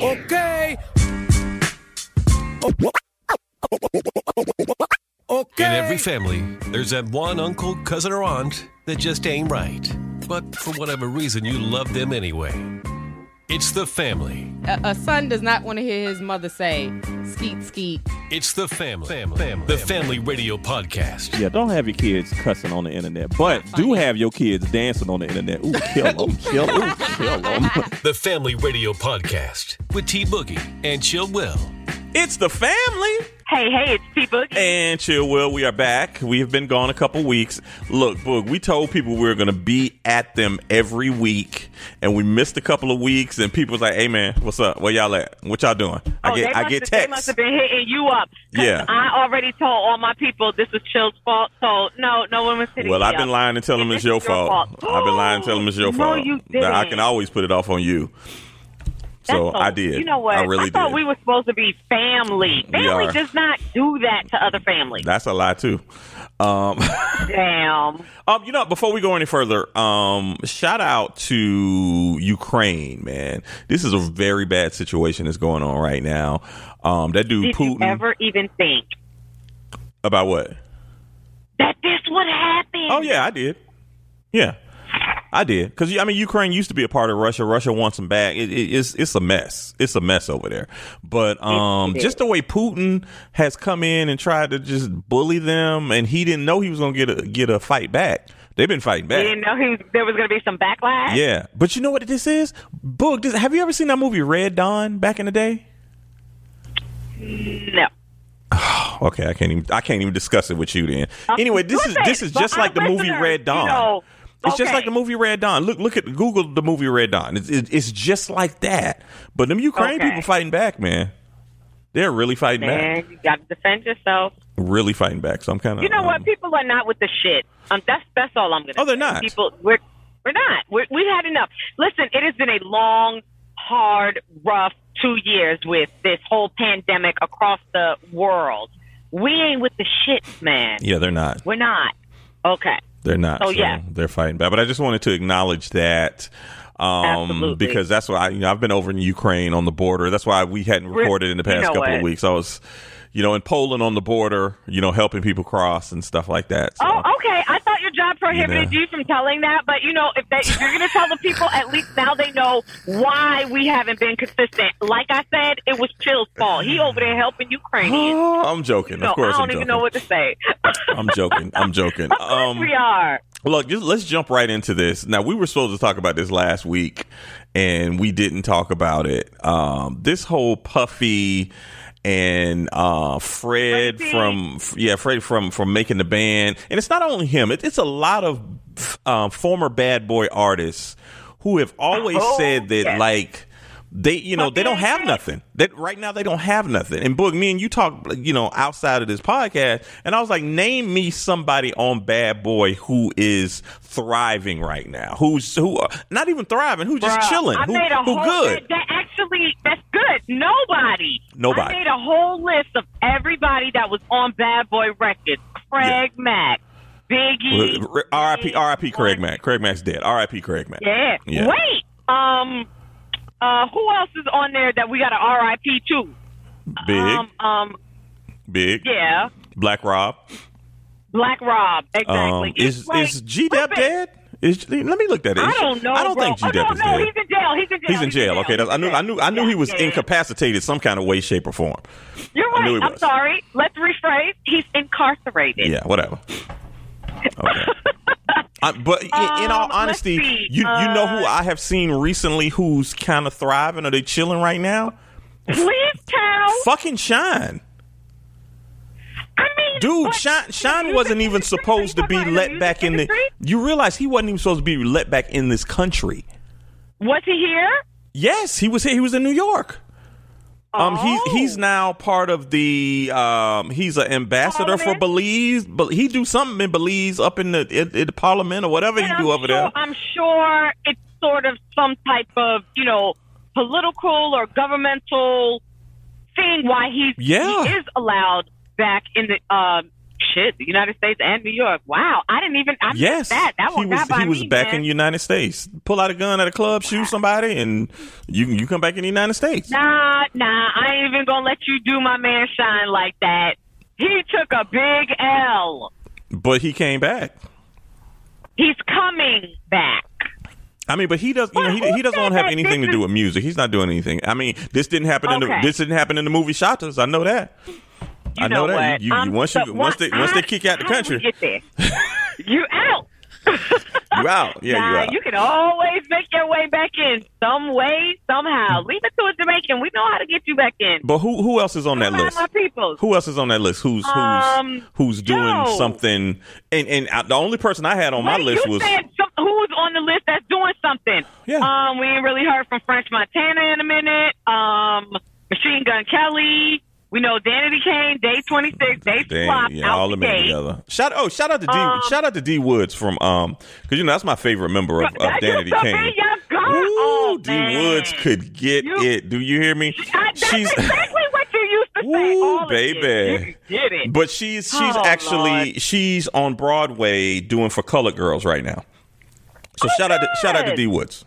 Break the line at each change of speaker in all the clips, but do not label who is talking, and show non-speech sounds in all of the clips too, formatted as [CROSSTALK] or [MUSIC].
Okay. Okay.
In every family, there's that one uncle, cousin, or aunt that just ain't right. But for whatever reason, you love them anyway. It's the family.
A, a son does not want to hear his mother say, skeet, skeet.
It's the family. The Family Radio Podcast.
Yeah, don't have your kids cussing on the internet, but do have your kids dancing on the internet. Ooh, kill [LAUGHS] them, kill, ooh, kill them.
The Family Radio Podcast with T Boogie and Chill Will.
It's the family.
Hey, hey, it's T Boogie.
And Chill Will, we are back. We have been gone a couple weeks. Look, Boog, we told people we were going to be at them every week, and we missed a couple of weeks, and people was like, hey, man, what's up? Where y'all at? What y'all doing? I
Oh, they
get, I
must
get
have- They must
texts.
have been hitting you up. 'Cause
Yeah.
I already told all my people this was Chill's fault. So no, no one was hitting
Well,
me
I've been
up.
lying and telling them
And
it's
this
your
is your
fault.
fault.
I've been lying and telling them it's your
No,
fault.
you
Now, I can
didn't.
always put it off on you.
That's
So
so-
I did.
You know what?
I really
thought
did.
we were supposed to be family.
We
Family
are.
does not do that to other families.
That's a lie too. Um, [LAUGHS]
Damn.
um, you know, before we go any further, um, shout out to Ukraine, man. This is a very bad situation that's going on right now. Um, that dude
Did
Putin
you ever even think
about what?
that this would happen?
Oh yeah, I did. Yeah, I did. Because I mean, Ukraine used to be a part of Russia. Russia wants them back. It, it, it's it's a mess. It's a mess over there. But um,
it is.
just the way Putin has come in and tried to just bully them, and he didn't know he was gonna get a get a fight back. They've been fighting
You
back.
didn't know he was, there was going to be some backlash.
Oh. Yeah, but you know what this is? Boog, this, have you ever seen that movie Red Dawn back in the day?
No.
Okay, I can't even I can't even discuss it with you then.
Uh,
Anyway, this is
listen,
this is
for
just
our
like the movie
listeners,
Red
you
Dawn.
know,
it's just
okay.
like the movie Red Dawn. Look look at Google the movie Red Dawn. It's it's, it's just like that. But them Ukraine
Okay.
people fighting back, man. They're really fighting back.
Man, you got to defend yourself.
Really fighting back. So I'm um, kind of
You know what? People are not with the shit. Um, that's that's all I'm gonna.
Oh, they're
say.
not.
People, we're we're not. We're, we've had enough. Listen, it has been a long, hard, rough two years with this whole pandemic across the world. We ain't with the shit, man.
Yeah, they're not.
We're not. Okay.
They're not.
Oh,
so
yeah.
They're fighting back. But I just wanted to acknowledge that. Um,
Absolutely.
because that's why you know, I've been over in Ukraine on the border. That's why we hadn't
Re-
recorded in the
you
past
know
couple of
what?
weeks. I was, you know, in Poland on the border, you know, helping people cross and stuff like that. So.
Oh, okay. I thought your job prohibited
Yeah.
you from telling that, but you know, if, they, if you're going to tell the people, at least now they know why we haven't been consistent. Like I said, it was Chill's fault. He over there helping Ukrainians.
Oh, I'm
[GASPS]
joking.
So
of course,
I don't
am
even
joking.
know what to say. [LAUGHS]
I'm joking. I'm joking.
Of course
um,
we are.
Look, just, let's jump right into this. Now, we were supposed to talk about this last week, and we didn't talk about it. Um, this whole Puffy and uh, Fred
Puffy.
from f- yeah, Fred from from making the band, and it's not only him; it, it's a lot of um, former bad boy artists who have always
Oh,
said that
yes.
like. They, you know, they don't have nothing. That right now they don't have nothing. And Boog, me and you talk, you know, outside of this podcast, and I was like, name me somebody on Bad Boy who is thriving right now, who's who, uh, not even thriving, who just
Bruh,
chilling,
I
who,
made a
who
whole,
good.
That, that actually, that's good. Nobody.
Nobody.
I made a whole list of everybody that was on Bad Boy Records. Craig Mack, Biggie.
uh, R.I.P. R.I.P. Craig Mack. Craig Mack's dead. R.I.P. Craig Mack.
Yeah.
Yeah.
Wait. Um. Uh. Who else is on there that we got an RIP to?
Big,
Um. Um.
big.
Yeah.
Black Rob.
Black Rob. Exactly.
Um, is
like-
is G. Dep
listen,
dead? Is let me look that.
I don't know.
I don't
bro.
think G.
Oh,
Dep
no,
is
no,
dead.
he's in jail. He's in jail.
He's in jail. Okay, that's, I knew, I knew, I knew
Yeah,
he was
yeah, yeah.
incapacitated some kind of way, shape, or form.
You're
I knew
right.
he
I'm
was.
sorry. Let's rephrase. He's incarcerated.
Yeah, whatever.
[LAUGHS]
Okay. I, but in, in all
Um, let's
honesty,
see.
you you know who
Uh,
I have seen recently who's kind of thriving? Are they chilling right now?
Please tell.
Fucking Shine,
I mean,
dude.
but-
Shine Shine
You
wasn't
think
even
it's just-
supposed
you
to be
talking about
let back in the.
music industry?
You realize he wasn't even supposed to be let back in this country.
Was he here?
Yes, he was here. He was in New York. Um,
Oh.
he he's now part of the um, he's an ambassador for
Parliament?
Belize, but he do something in Belize up in the in, in the parliament or whatever he
And
do
I'm
over
sure,
there.
I'm sure it's sort of some type of, you know, political or governmental thing why he's
Yeah.
he is allowed back in the um shit, the United States and New York. Wow, I didn't even. I missed
Yes,
that that
he
one
was
got by
he was
me,
back
man.
in the United States. Pull out a gun at a club, shoot somebody, and you you come back in the United States.
Nah, nah, I ain't even gonna let you do my man shine like that. He took a big L.
But he came back.
He's coming back.
I mean, but he does. You know, he,
Well, who
he doesn't
said
have
that
anything
this
to do
is-
with music. He's not doing anything. I mean, this didn't happen in the
Okay.
this didn't happen in the movie Shotas. I know that.
You
I know
know
that.
what?
You, you,
I'm
you once you
so-
once they once
I-
they kick you out the
how do we
country,
get
[LAUGHS]
there? you out.
you out. Yeah,
nah,
you out.
you can always make your way back in some way, somehow. Leave it to a Jamaican. We know how to get you back in.
But who who else is on that
Come on,
list?
my peoples.
Who else is on that list? Who's who's
Um,
who's doing
yo.
something? And and I, the only person I had on my
Wait,
list
you
was
said some, who's on the list that's doing something.
Yeah.
Um, we ain't really heard from French Montana in a minute. Um, Machine Gun Kelly. We know Danity Kane, Day Twenty Six, Day Flop,
Damn, yeah,
out
all
the
of them
gate.
together. Shout oh, shout out to D,
Um,
shout out to D Woods from um, because you know that's my favorite member of, of
That
Uh, Danity
used to
Kane.
be your girl.
Ooh,
Oh,
D
man.
Woods could get
You-
it. Do you hear me?
I,
[LAUGHS]
that's exactly what you used to say.
Ooh,
all of
baby.
It. You did it.
but she's she's
Oh,
actually
Lord.
she's on Broadway doing for Colored Girls right now. So
Oh,
shout out to, shout out to
good.
D Woods,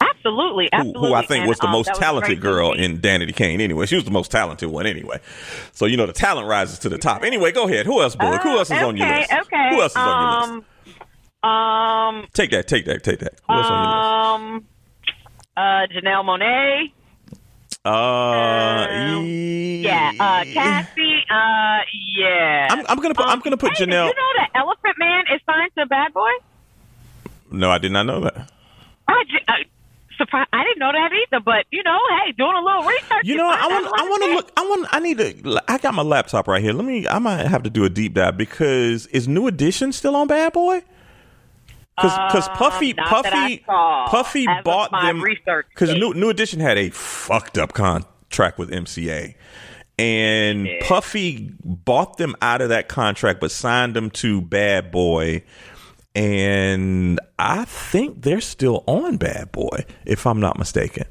absolutely,
who,
absolutely.
who I think
And,
was the
um,
most
that was a
talented
great
girl
movie.
in Danity Kane. Anyway, she was the most talented one. Anyway, so you know the talent rises to the top. Anyway, go ahead. Who else, Bullock? who else is
Uh, okay,
on your list?
Okay.
Who else is on your list?
Um, um,
Take that, take that, take that. Who else on your list?
um, uh, Janelle Monet.
Uh,
Um,
e-
Yeah, uh, Cassie. Uh, yeah.
I'm, I'm gonna put, I'm gonna put
hey,
Janelle.
Did you know that Elephant Man is signed to Bad Boy?
no, I did not know that.
I, ju- I, surprise, I didn't know that either. But you know, hey, doing a little research.
You know, I
find
want,
out
I
what
want to
it
look. I want, I need to. I got my laptop right here. Let me. I might have to do a deep dive because is New Edition still on Bad Boy? Because Puffy,
Um, not that I
Puffy,
saw
Puffy
as of
bought
my
them.
research
Because
date.
New New Edition had a fucked up contract with MCA, and Puffy bought them out of that contract, but signed them to Bad Boy. And I think they're still on Bad Boy, if I'm not mistaken.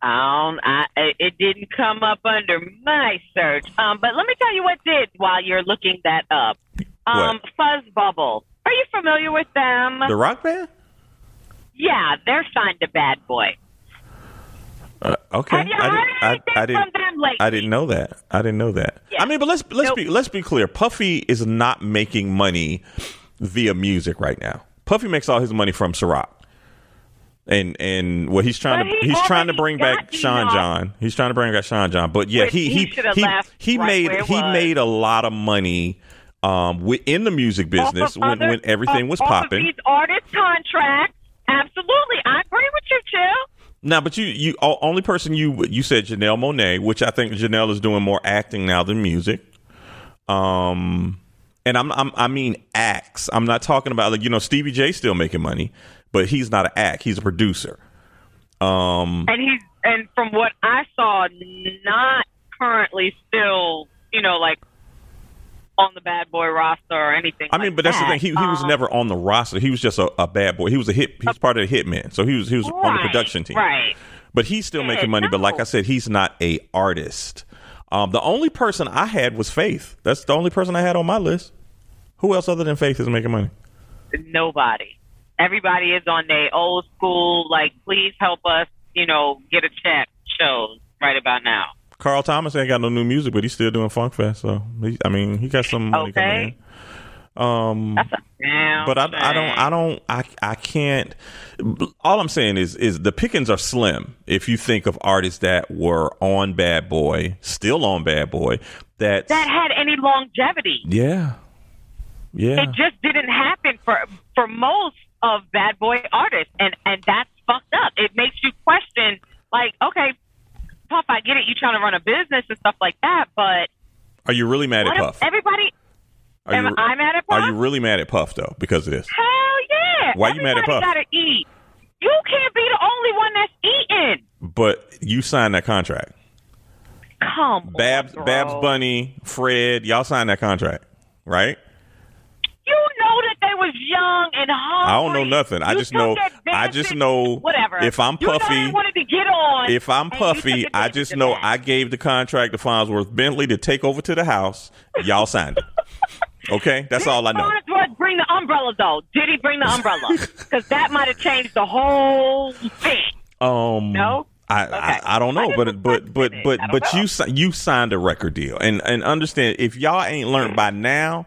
I don't, I, I- uh, it didn't come up under my search. Um, but let me tell you what did while you're looking that up. Um, Fuzz Bubble. Are you familiar with them?
The Rock Band.
yeah, they're signed to Bad Boy.
Uh, okay.
Have you
I,
heard
I-
anything
I, didn't.
from them lately?
I didn't know that. I didn't know that.
Yeah.
I mean, but let's let's
Nope.
be let's be clear. Puffy is not making money via music right now. Puffy makes all his money from Ciroc. And and what he's trying
But
to
he
he's trying to bring
already got
back Sean
enough.
John. He's trying to bring back Sean John. But yeah,
Which
he
he
he
should have
he,
left
he
right
made
where it
he
was.
made a lot of money um within the music
Off of
business when,
other-
when everything
off-
was
off
popping.
Of these artist contracts. Absolutely, I agree with you, Chill.
Now, but you, you o- only person you you said Janelle Monet, which I think Janelle is doing more acting now than music. Um, and I'm, I'm I mean acts. I'm not talking about like you know Stevie J still making money, but he's not an act. He's a producer. Mm.
And he's and from what I saw, not currently still, you know, like on the Bad Boy roster or anything.
I mean,
like
but that's the
that.
thing. He he was
Um,
never on the roster. He was just a, a bad boy. He was a hit. He was part of the hitman. So he was he was on the
Right,
production team.
Right.
But he's still making
Yeah,
money. But like
no.
I said, he's not a artist. Um, the only person I had was Faith. That's the only person I had on my list. Who else other than Faith is making money?
Nobody. Everybody is on their old school, like, please help us, you know, get a check shows right about now.
Carl Thomas ain't got no new music, but he's still doing Funk Fest. So he, I mean, he got some money
Okay.
coming in. Um,
That's a damn
but I, I
shame.
don't, I don't, I, I can't. All I'm saying is, is the pickings are slim. If you think of artists that were on Bad Boy, still on Bad Boy, that,
That had any longevity.
yeah, yeah,
It just didn't happen for for most of bad boy artists, and and that's fucked up. It makes you question, like, okay, Puff, I get it. You trying to run a business and stuff like that, but
are you really mad at
what if
Puff?
everybody?
Are
am
you,
I mad at Puff?
are you really mad at Puff though because of this?
Hell yeah!
Why you mad at
Everybody
Puff?
Gotta eat. You can't be the only one that's eating.
But you signed that contract.
Come,
Babs,
on, bro.
Babs Bunny, Fred, y'all signed that contract, right?
You know that they was young and hungry.
I don't know nothing. I
You
just
took
know- I
advantage-
just know
Whatever.
if I'm
You know
puffy-
they wanted to get on.
If I'm
and you
puffy,
took
I
advantage
just
of
know
that.
I gave the contract to Farnsworth Bentley to take over to the house. Y'all signed it. Okay, that's
Did
all I know.
Farnsworth bring the umbrella though? Did he bring the umbrella?
[LAUGHS]
Because that might have changed the whole thing.
Um,
No?
I,
Okay.
I, I don't know,
I
but
just
but but
requested it.
but
I don't
but you si- you signed a record deal, and and understand if y'all ain't learned by now,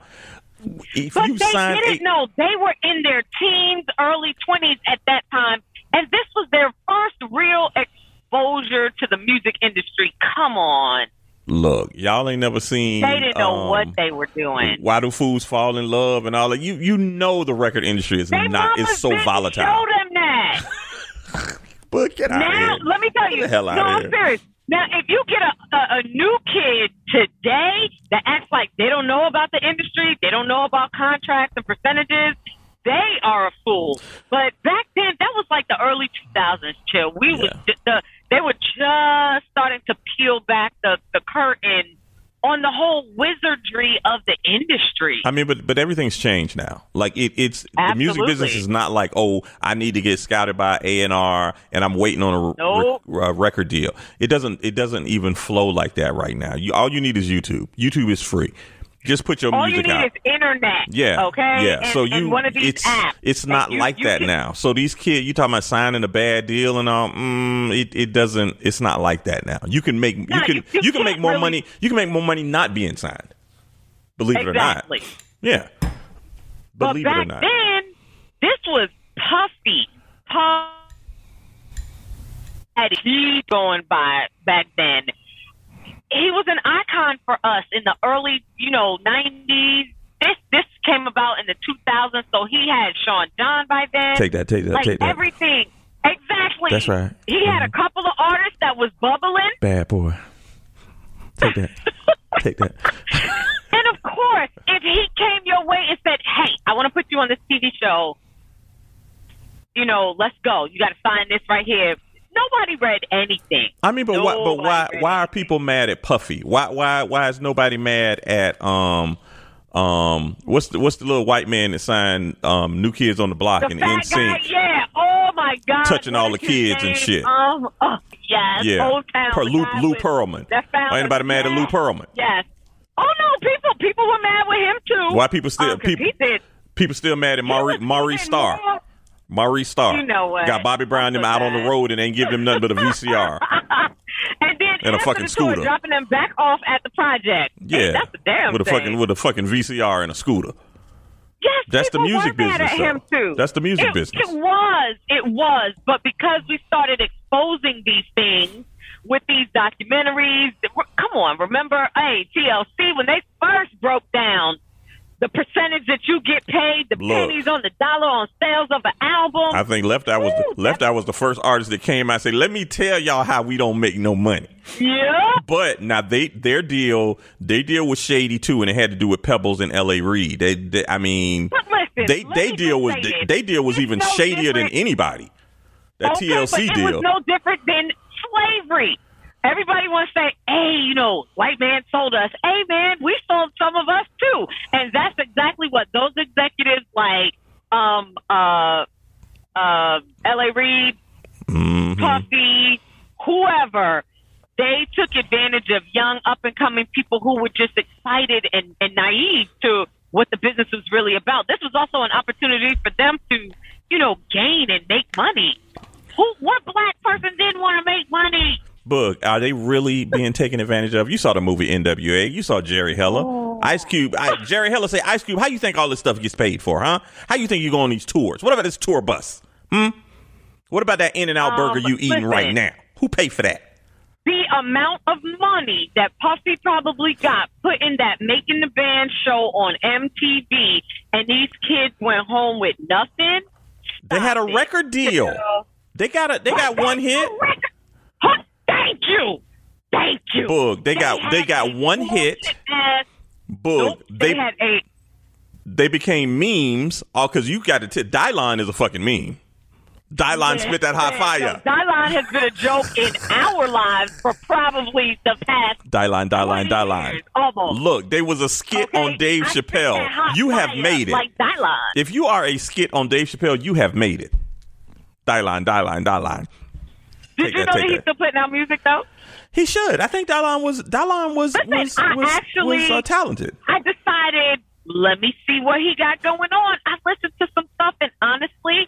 if
But
you
they
signed
didn't
a-
know they were in their teens, early twenties at that time, and this was their first real exposure to the music industry. Come on,
look, y'all ain't never seen.
they didn't know
um,
what they were doing.
Why do fools fall in love and all that? You you know the record industry is
They
not
mamas
is so
didn't
volatile.
Show them that.
but get out
Now,
of here.
let me tell
Get
you.
the hell out
no,
of
I'm
here.
serious. Now, if you get a, a, a new kid today that acts like they don't know about the industry, they don't know about contracts and percentages, they are a fool. But back then, that was like the early 2000s, chill. We was
Yeah.
ju- the, they were just starting to peel back the, the curtain on the whole wizardry of the industry.
I mean, but but everything's changed now. Like it, it's the music
Absolutely.
business is not like oh, I need to get scouted by A and R, and I'm waiting on a re-
Nope.
re- uh, record deal. It doesn't it doesn't even flow like that right now. You all you need is YouTube. YouTube is free. Just put your
All you
music
need
out.
is internet.
Yeah.
Okay.
Yeah.
And-
so
and
you,
one of these
it's
apps.
it's
And
not
you-
like
you
that
can-
now. So these kids, you talking about signing a bad deal and all? Mm, it it doesn't. It's not like that now. You can make
No,
you can
you-
you,
you
can make
can't
more
really-
money. You can make more money not being signed. Believe
Exactly.
it or not. Yeah. Believe
but
it
back
or not.
then, this was Puffy. Puff had he going by back then. He was an icon for us in the early, you know, nineties. This this came about in the two thousands, so he had Sean John by then.
Take that, take that,
like
take that.
everything. Exactly.
That's right. Mm-hmm.
He had a couple of artists that was bubbling.
Bad boy. Take
[LAUGHS]
that. take that.
And of course, if he came your way and said, "Hey, I want to put you on this TV show," you know, let's go. You got to sign this right here. Nobody read anything.
I mean, but why? But
Nobody
why?
read
Why are
anything.
people mad at Puffy? Why? Why? Why is nobody mad at um um what's the what's the little white man that signed um New Kids on the Block
The
and
fat guy,
NSYNC?
yeah. Oh my God,
Touching
what
all
is
the
his
kids and
name?
shit.
Um, oh, yes,
Yeah,
Old Town.
Per-
the
Lou,
guy
Lou
with-
Perlman.
That found
Ain't nobody mad at Lou
yes,
Perlman.
Yes. Oh no, people people were mad with him too.
Why people still-
Um, 'cause
people-
he did.
People still mad at
he
Maury
was
Maury
doing
Starr.
more-
Maurice Starr.
You know what?
Got Bobby Brown them
I'm so
out on the
glad.
road and ain't give them nothing but a
[LAUGHS]
VCR.
And
And
then
a
after
fucking
the tour,
scooter.
dropping them back off at the project.
Yeah,
Hey, that's a damn
with a
thing.
fucking with a fucking VCR and a scooter.
yes,
That's the
people
music
were mad
business,
At
though.
him too.
That's the music
it,
business.
It was, it was, but because we started exposing these things with these documentaries, that were- come on, remember, hey TLC when they first broke down. The percentage that you get paid, the
Look.
pennies on the dollar on sales of an album.
I think Left Eye was
Ooh,
the, Left Eye was the first artist that came out and said, "Let me tell y'all how we don't make no money."
yep.
But now they their deal they deal with shady too, and it had to do with Pebbles and L.A. Reid. They, they I mean,
But listen,
they
let
they
me
deal
just
with
say
they,
this.
deal was
It's
even
no
shadier than
different
anybody. That
Okay,
TLC
but It
deal.
was no different than slavery. Everybody wants to say, hey, you know, white man sold us. Hey, man, we sold some of us too. And that's exactly what those executives like um, uh, uh, L.A. Reid,
Mm-hmm.
Puffy, whoever, they took advantage of young up and coming people who were just excited and, and naive to what the business was really about. This was also an opportunity for them to, you know, gain and make money. Who, what black person didn't want to make money?
Boog, are they really being taken advantage of? You saw the movie NWA. You saw Jerry Heller,
Oh.
Ice Cube. I, Jerry Heller say, "Ice Cube, how you think all this stuff gets paid for, huh? How you think you go on these tours? What about this tour bus? Hmm? What about that In and Out
Um,
burger you eating right
listen.
now? Who paid for that?
The amount of money that Puffy probably got put in that making the band show on MTV, and these kids went home with nothing.
They had a
Stop it.
record deal. They got a they got one hit.
Huh, Thank you. Thank you.
Boog, they got
had
they got
a
one hit.
bullshit-ass-
Boog,
nope, they,
they
had a
they became memes. All because you got to t- Dylon is a fucking meme. Dylon spit that hot fire.
Dylon has been a joke in our lives for probably the past
Dyline, Dyline,
20
Dyline.
years, almost.
Look, there was a skit
okay?
on Dave
I spit
Chappelle.
that hot
You have
fire
made it.
Like Dylon.
if you are a skit on Dave Chappelle, you have made it. Dyline, Dyline, Dyline.
Did
take that, take
you know that he's
that.
still putting out music though?
He should. I think Dylan was Dylan was was
I
was,
actually-
was uh, talented.
I decided let me see what he got going on. I listened to some stuff, and honestly,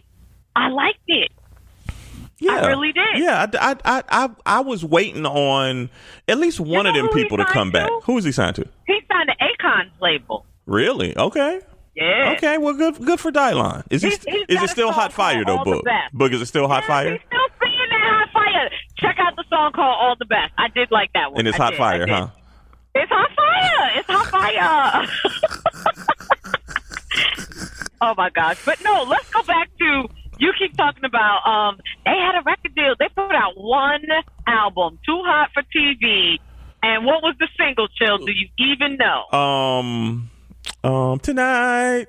I liked it.
Yeah.
really did.
Yeah, I, I, I, I, I was waiting on at least one of
know
them
who he
people to
signed
come back.
to?
Who is he signed to?
He signed the Acon's label.
Really? Okay.
Yeah.
Okay. Well, good. Good for Dylon. Is he?
He's-
st-
he's
is
got
it
a
still
song
hot fire though,
called All the
Book?
Best.
Book is it still hot fire?
He's still singing that hot fire. Check out the song called "All the Best." I did like that one.
And it's
I
hot
did, I
fire,
did.
huh?
It's hot fire. It's hot fire. [LAUGHS] oh my gosh! But no, let's go back to you. Keep talking about um, they had a record deal. They put out one album, "Too Hot for TV," and what was the single? Chill? Do you even know?
Oh, Um, um, tonight.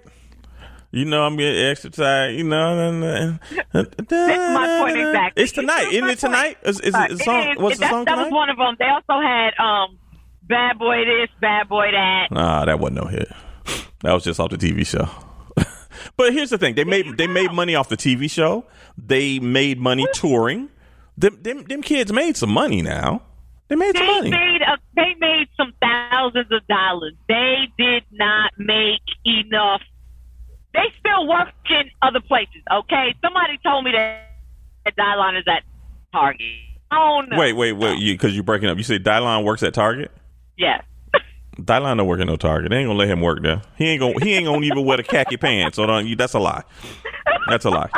You know I'm getting exercise. You know, that's
my point exactly.
It's tonight,
That's
isn't
my
it? Tonight is, is it a song?
It is-
what's the
that,
song
that
tonight?
was one of them. They also had um, "Bad Boy This," "Bad Boy That."
Nah, that wasn't no hit. That was just off the TV show. [LAUGHS] but here's the thing: they made they made money off the TV show. They made money touring. Them them, them kids made some money. Now they made some
They
money.
made a, they made some thousands of dollars. They did not make enough. They still work in other places. Okay, somebody told me that that Dylon is at Target. Oh no!
Wait, wait, wait! You because you're breaking up. You say Dylon works at Target.
yes.
Dylon don't work at no Target. They ain't gonna let him work there. He ain't gonna he ain't gonna even wear the khaki pants. So don't you. That's a lie. That's a lie.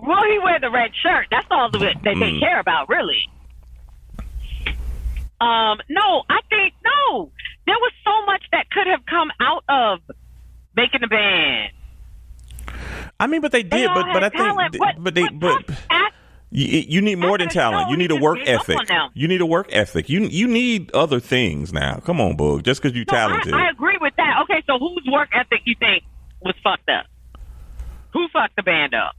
Will he wear the red shirt? That's all that
Mm-hmm.
that they care about, really. Um, no, I think no. There was so much that could have come out of making the band.
I mean, but they
They
did.
all
But
had
but I
talent.
think
What-
but they
what
but.
Puff asked
You, you need more than
That's what I
talent.
told
You need a
you
work
to be up on
ethic.
them.
You need a work ethic. You you need other things now. Come on, Boog. Just because you're
No,
talented,
I, I agree with that. Okay, so whose work ethic you think was fucked up? Who fucked the band up?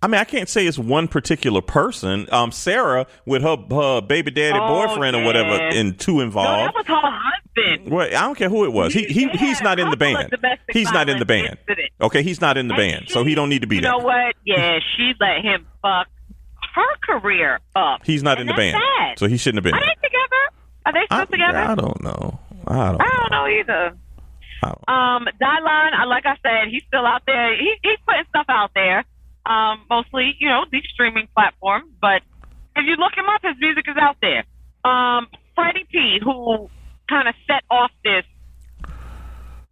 I mean, I can't say it's one particular person. Um, Sarah with her her baby daddy
Oh,
boyfriend or
yeah.
whatever, and too
No,
involved.
that was her husband.
well, I don't care who it was. He he
Yeah,
he's not in the
couple of
band.
domestic
He's not in the
violence
band.
incidents.
Okay, he's not in the
And
band, so he
she-
don't need to be
You
there.
know
[LAUGHS]
what? Yeah, she let him fuck her career up.
He's not
And
in the
that's
band,
sad.
so he shouldn't have been.
Are
there.
they together? Are they still
I,
together? Oh.
I don't know. I don't.
I don't know either.
I don't-
Um, Dylon, I- like I said, he's still out there. He, he's putting stuff out there, um, mostly, you know, these streaming platforms. But if you look him up, his music is out there. Um, Freddie P, who kind of set off this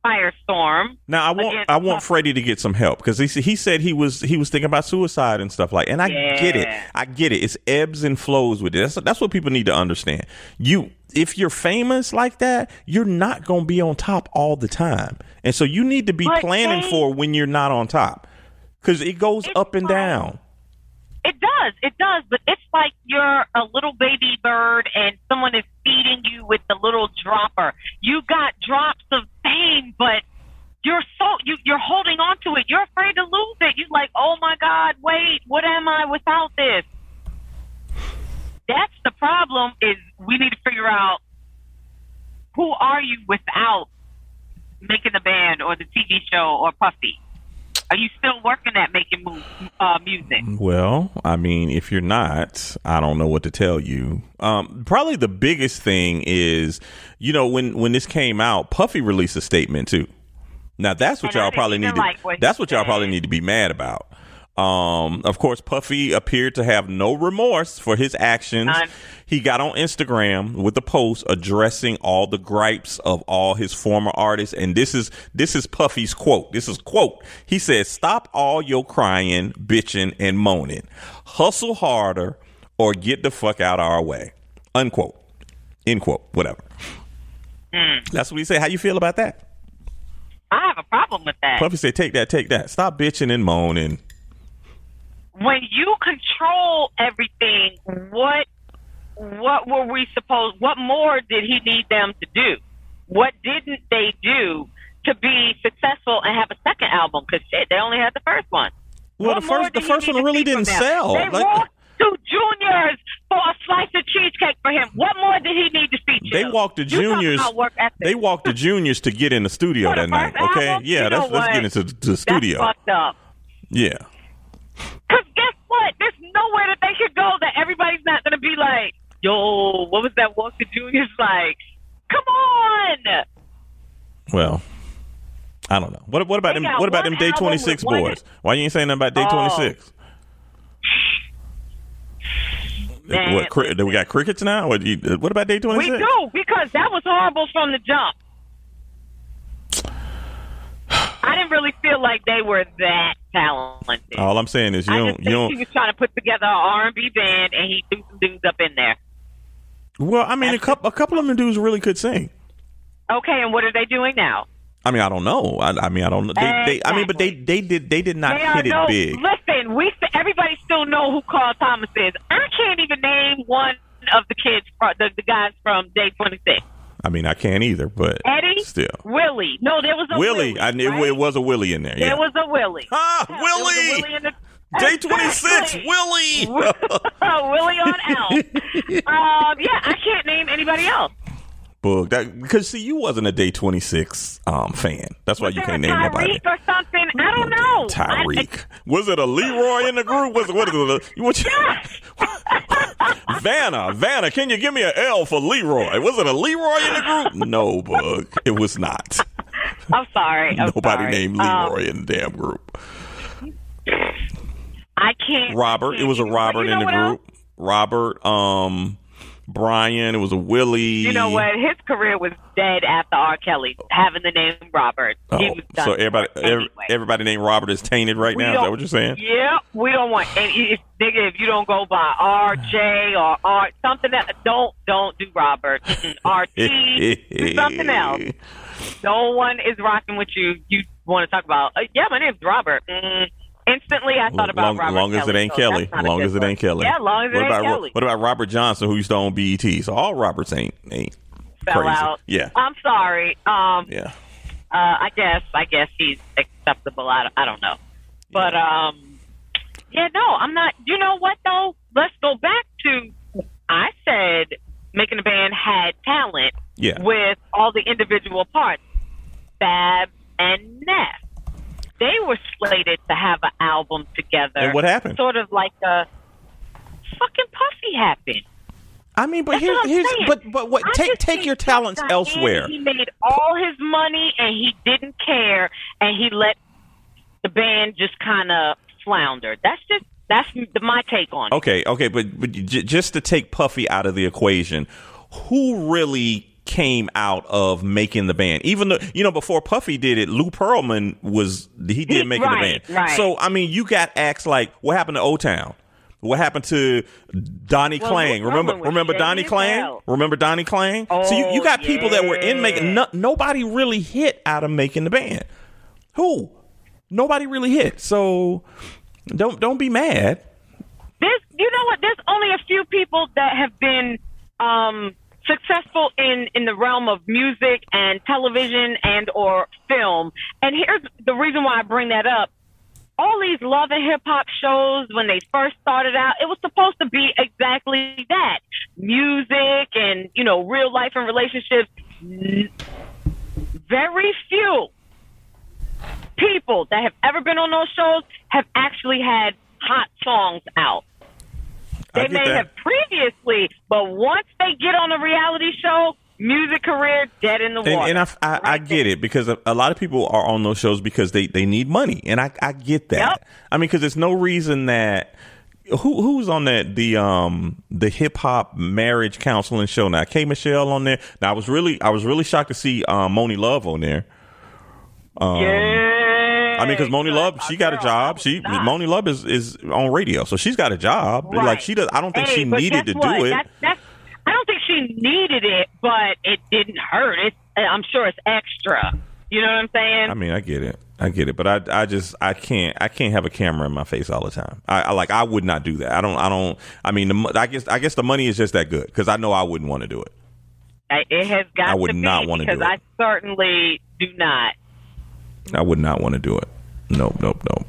firestorm.
Now I want
Again,
I want
tough.
Freddie to get some help because he s- he said he was he was thinking about suicide and stuff like. And I get it,
Yeah.
I get it. It's ebbs and flows with it. That's that's what people need to understand. You if you're famous like that, you're not going to be on top all the time, and so you need to be
But
planning
they-
for when you're not on top because it goes
It's
up and
like-
down.
It does, it does, but it's like you're a little baby bird and someone is feeding you with the little dropper. You got drops of fame, but you're so you you're holding on to it. You're afraid to lose it. You're like, oh my God, wait, what am I without this? That's the problem. Is we need to figure out who are you without making the band or the TV show or Puffy. Are you still working at making mu- uh, music?
Well, I mean, if you're not, I don't know what to tell you. Um, probably the biggest thing is, you know, when when this came out, Puffy released a statement too. Now that's what
And I
y'all
didn't
probably
even
need to.
like what he
that's what y'all
said.
probably need to be mad about. Um, of course, Puffy appeared to have no remorse for his actions.
None.
He got on Instagram with a post addressing all the gripes of all his former artists, and this is this is Puffy's quote. This is quote. He says, "Stop all your crying, bitching, and moaning. Hustle harder, or get the fuck out of our way." Unquote. End quote. Whatever.
Hmm.
That's what he said. How you feel about that?
I have a problem with that.
Puffy said, "Take that, take that. Stop bitching and moaning."
When you control everything, what what were we supposed? What more did he need them to do? What didn't they do to be successful and have a second album? Because shit, they only had the first one.
Well,
What
the
more
first the
did he
first
need
one
to
really
see from
didn't
them?
sell.
They walked to juniors for a slice of cheesecake for him. What more did he need to see?
they
Jill?
walked the
You talking
juniors.
about work ethic.
They walked the juniors to get in the studio
For the
that night.
first
Okay,
album?
yeah,
You
that's,
know
let's get
what?
into the
That's
studio.
fucked up.
yeah,
Because guess what? There's nowhere that they could go that everybody's not going to be like, yo, what was that Walker Jr.'s like? Come on!
well, What what about
They
them?
got
What about
one
them day
album
twenty
with
six
one-
boys? Why you ain't saying nothing about day
Oh.
twenty six?
Man,
What cri- do we got crickets now? What, you, what about day twenty
We
six?
do because that was horrible from the jump. I didn't really feel like they were that talented.
All I'm saying is Oh, you
I
don't
just
you
think
don't.
he was trying to put together an R and B band, and he threw some dudes up in there.
Well, I mean, a couple a couple of them dudes really could sing.
Okay, and what are they doing now?
I mean, I don't know. I, I mean, I don't know. They, they, I mean, but they they
Exactly.
did they did not
They are
hit it
no.
big.
Listen, we st- everybody still know who Carl Thomas is. I can't even name one of the kids, fro- the, the guys from Day Twenty Six.
I mean, I can't either. But
Eddie,
still,
Willie. No, there was a Willie.
Willie, I knew
right?
it was a Willie in there.
There
Yeah.
was a Willie.
ah,
Yeah, there was a
Willie.
Willie in the-
Day twenty six,
[LAUGHS] Exactly. Uh,
Willie.
[LAUGHS] Willie on
[LAUGHS]
L. um, yeah, I can't name anybody else.
Boog, that because see, you wasn't a day twenty six um fan. That's why you
There
can't
was
name nobody.
Tyreek or something. I don't know.
Tyreek. Was it a Leroy in the group? Was it what is it? You what you? [LAUGHS] Vanna, Vanna, can you give me an L for Leroy? Was it a Leroy in the group? No, Boog, it was not.
I, am sorry. I'm
[LAUGHS] Nobody
sorry.
named
Um,
Leroy in the damn group.
I can't.
Robert,
I
it was a
can't. Well,
Robert
[LAUGHS] you
in
know
the
what
group.
else?
Robert, um, Brian, it was a Willie.
You know what? His career was dead after R. Kelly having the name Robert. he
Oh,
was done
so everybody,
for
ev-
anyway.
everybody named Robert is tainted right
We
now. Is that
don't-
what you're saying?
Yeah, we don't want any if, nigga. If you don't go by RJ or R something else, don't don't do Robert
[LAUGHS]
RT. do something else. No one is rocking with you. You want to talk about? Uh, yeah, my name's Robert. Mm, instantly, I thought
long,
about Robert.
long as it
Kelly,
ain't
so
Kelly.
that's not a
Long
good
as it
one.
ain't Kelly.
Yeah, long as it
what
ain't
about, Ro-
Kelly.
What about Robert Johnson, who used to own BET? So all Roberts ain't ain't
Fell
crazy.
out.
Yeah,
I'm sorry. Um,
yeah.
uh, I guess I guess he's acceptable. I, don't- I don't know, but um, yeah, no, I'm not. You know what though? Let's go back to I said making a band had talent
Yeah.
with all the individual parts, Fab and Neff. They were slated to have an album together.
And what happened?
Sort of like a fucking puffy happened.
I mean, but
That's
here's
what I'm
here's
saying.
but but what
I
take
just
take
think
your talents
Diane,
elsewhere.
He made all his money and he didn't care, and he let the band just kind of flounder. That's just that's the- my take on it.
Okay, okay, but, but j- just to take Puffy out of the equation, who really came out of making the band? Even though you know before Puffy did it, Lou Pearlman was he did
He-
making
right,
the band.
right.
So I mean, you got acts like what happened to O Town. What happened to Donnie
Well,
Klang?
Lou
Remember,
Pearlman was
remember
shady
Donnie
as
Klang?
hell.
Remember Donnie Klang? so you, you
Oh,
got people that were in
yeah.
making. No, nobody really hit out of making the band. Who? Nobody really hit. So don't don't be mad.
There's, you know what? There's only a few people that have been um, successful in in the realm of music and television and or film. And here's the reason why I bring that up. All these love and hip hop shows when they first started out, it was supposed to be exactly that. Music and, you know, real life and relationships. N- Very few people that have ever been on those shows have actually had hot songs out.
I
They
get
may
that.
have previously, but once they get on a reality show, music career dead in the water.
And, and I, I, I get it because a, a lot of people are on those shows because they, they need money, and I, I get that.
Yep.
I mean, because there's no reason that who who's on that the um the hip hop marriage counseling show now. K Michelle on there. Now I was really I was really shocked to see um, Moni Love on there.
yeah.
I mean, because Moni
Good.
Love,
Uh,
she got a
girl,
job.
I
She
was shocked.
Moni Love is, is on radio, so she's got a job.
Right.
Like she does. I don't think
Hey,
she
but
needed
guess
to
what?
do it.
That's, that's, I don't think she needed it, but it didn't hurt. It's, I'm sure it's extra. You know what I'm saying?
I mean, I get it. I get it, but I, I just I can't I can't have a camera in my face all the time. I, I like I would not do that. I don't I don't I mean the, mo- I guess I guess the money is just that good because I know I wouldn't want to do it.
I- it has got
I would
to be
not wanna do
because
it.
I certainly do not.
I would not want to do it. Nope, nope, nope.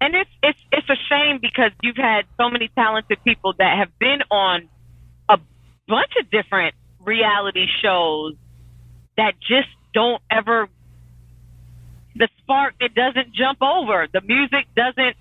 and it's it's it's a shame because you've had so many talented people that have been on a bunch of different reality shows that just don't ever the spark it doesn't jump over the music doesn't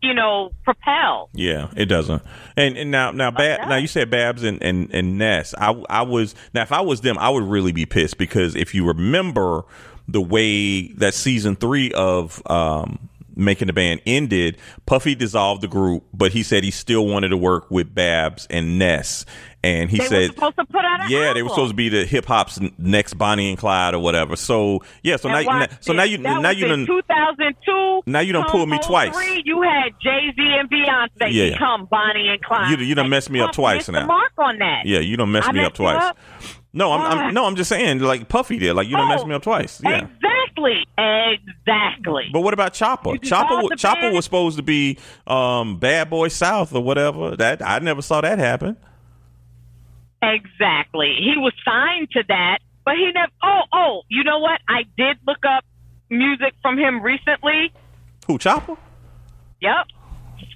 you know propel
Yeah, it doesn't. And and now now Bab,
no.
now you said Babs and and and Ness. I I was now if I was them, I would really be pissed because if you remember the way that season three of um, Making the Band ended, Puffy dissolved the group, but he said he still wanted to work with Babs and Ness. And he
They were
said,
supposed to put out an
yeah, they were
album.
supposed to be the hip hop's n- next Bonnie and Clyde or whatever. So yeah, so
And
now,
watch
now- so
this.
now you
That
now
was
you
in
done
2002.
now you done
Come
pulled me twice.
03, You had Jay Z and Beyonce
Yeah.
become Bonnie and Clyde.
You- you done
And
messed me up
Puff
twice
missed
now.
The mark on that.
yeah you don't mess
I
me up
messed you
twice.
up?
No, I'm,
Why?
I'm no I'm just saying like Puffy did like you don't mess
Oh,
me up twice. Yeah.
Exactly. Exactly.
But what about Chopper?
can
Chopper,
call
wa-
the
Chopper
band.
was supposed to be um, Bad Boy South or whatever. That I never saw that happen.
Exactly. He was signed to that, but he never. Oh, oh, you know what? I did look up music from him recently.
Who Chopper?
Yep.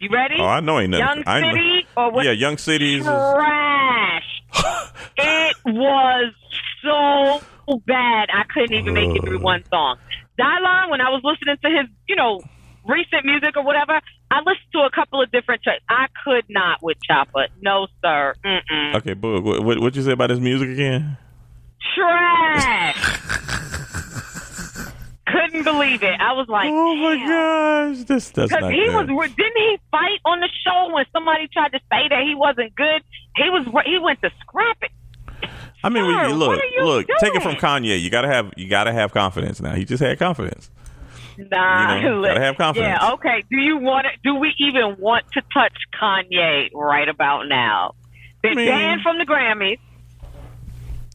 You ready?
Oh, I know ain't nothing.
Young
I ain't-
City or what?
Yeah, Young Cities. Is,
Trash.
[LAUGHS]
it was so bad. I couldn't even make it through one song. Dylon, when I was listening to his, you know, recent music or whatever, I listened to a couple of different tracks. I could not with Choppa. No, sir. Mm-mm.
okay, but what, what what'd you say about his music again?
trash. Couldn't believe it. I was like,
Oh my gosh, this that's
because
not
he
good.
was. Didn't he fight on the show when somebody tried to say that he wasn't good? He was. He went to scrap it.
I mean, we,
Sir, what
look,
are you
look, take it from
doing?
Kanye. You gotta have you gotta have confidence now. He just had confidence.
Nah,
You
[LAUGHS]
know,
look,
gotta have confidence.
Yeah, okay. Do you want to? Do we even want to touch Kanye right about now? They're
I mean-
banned from the Grammys.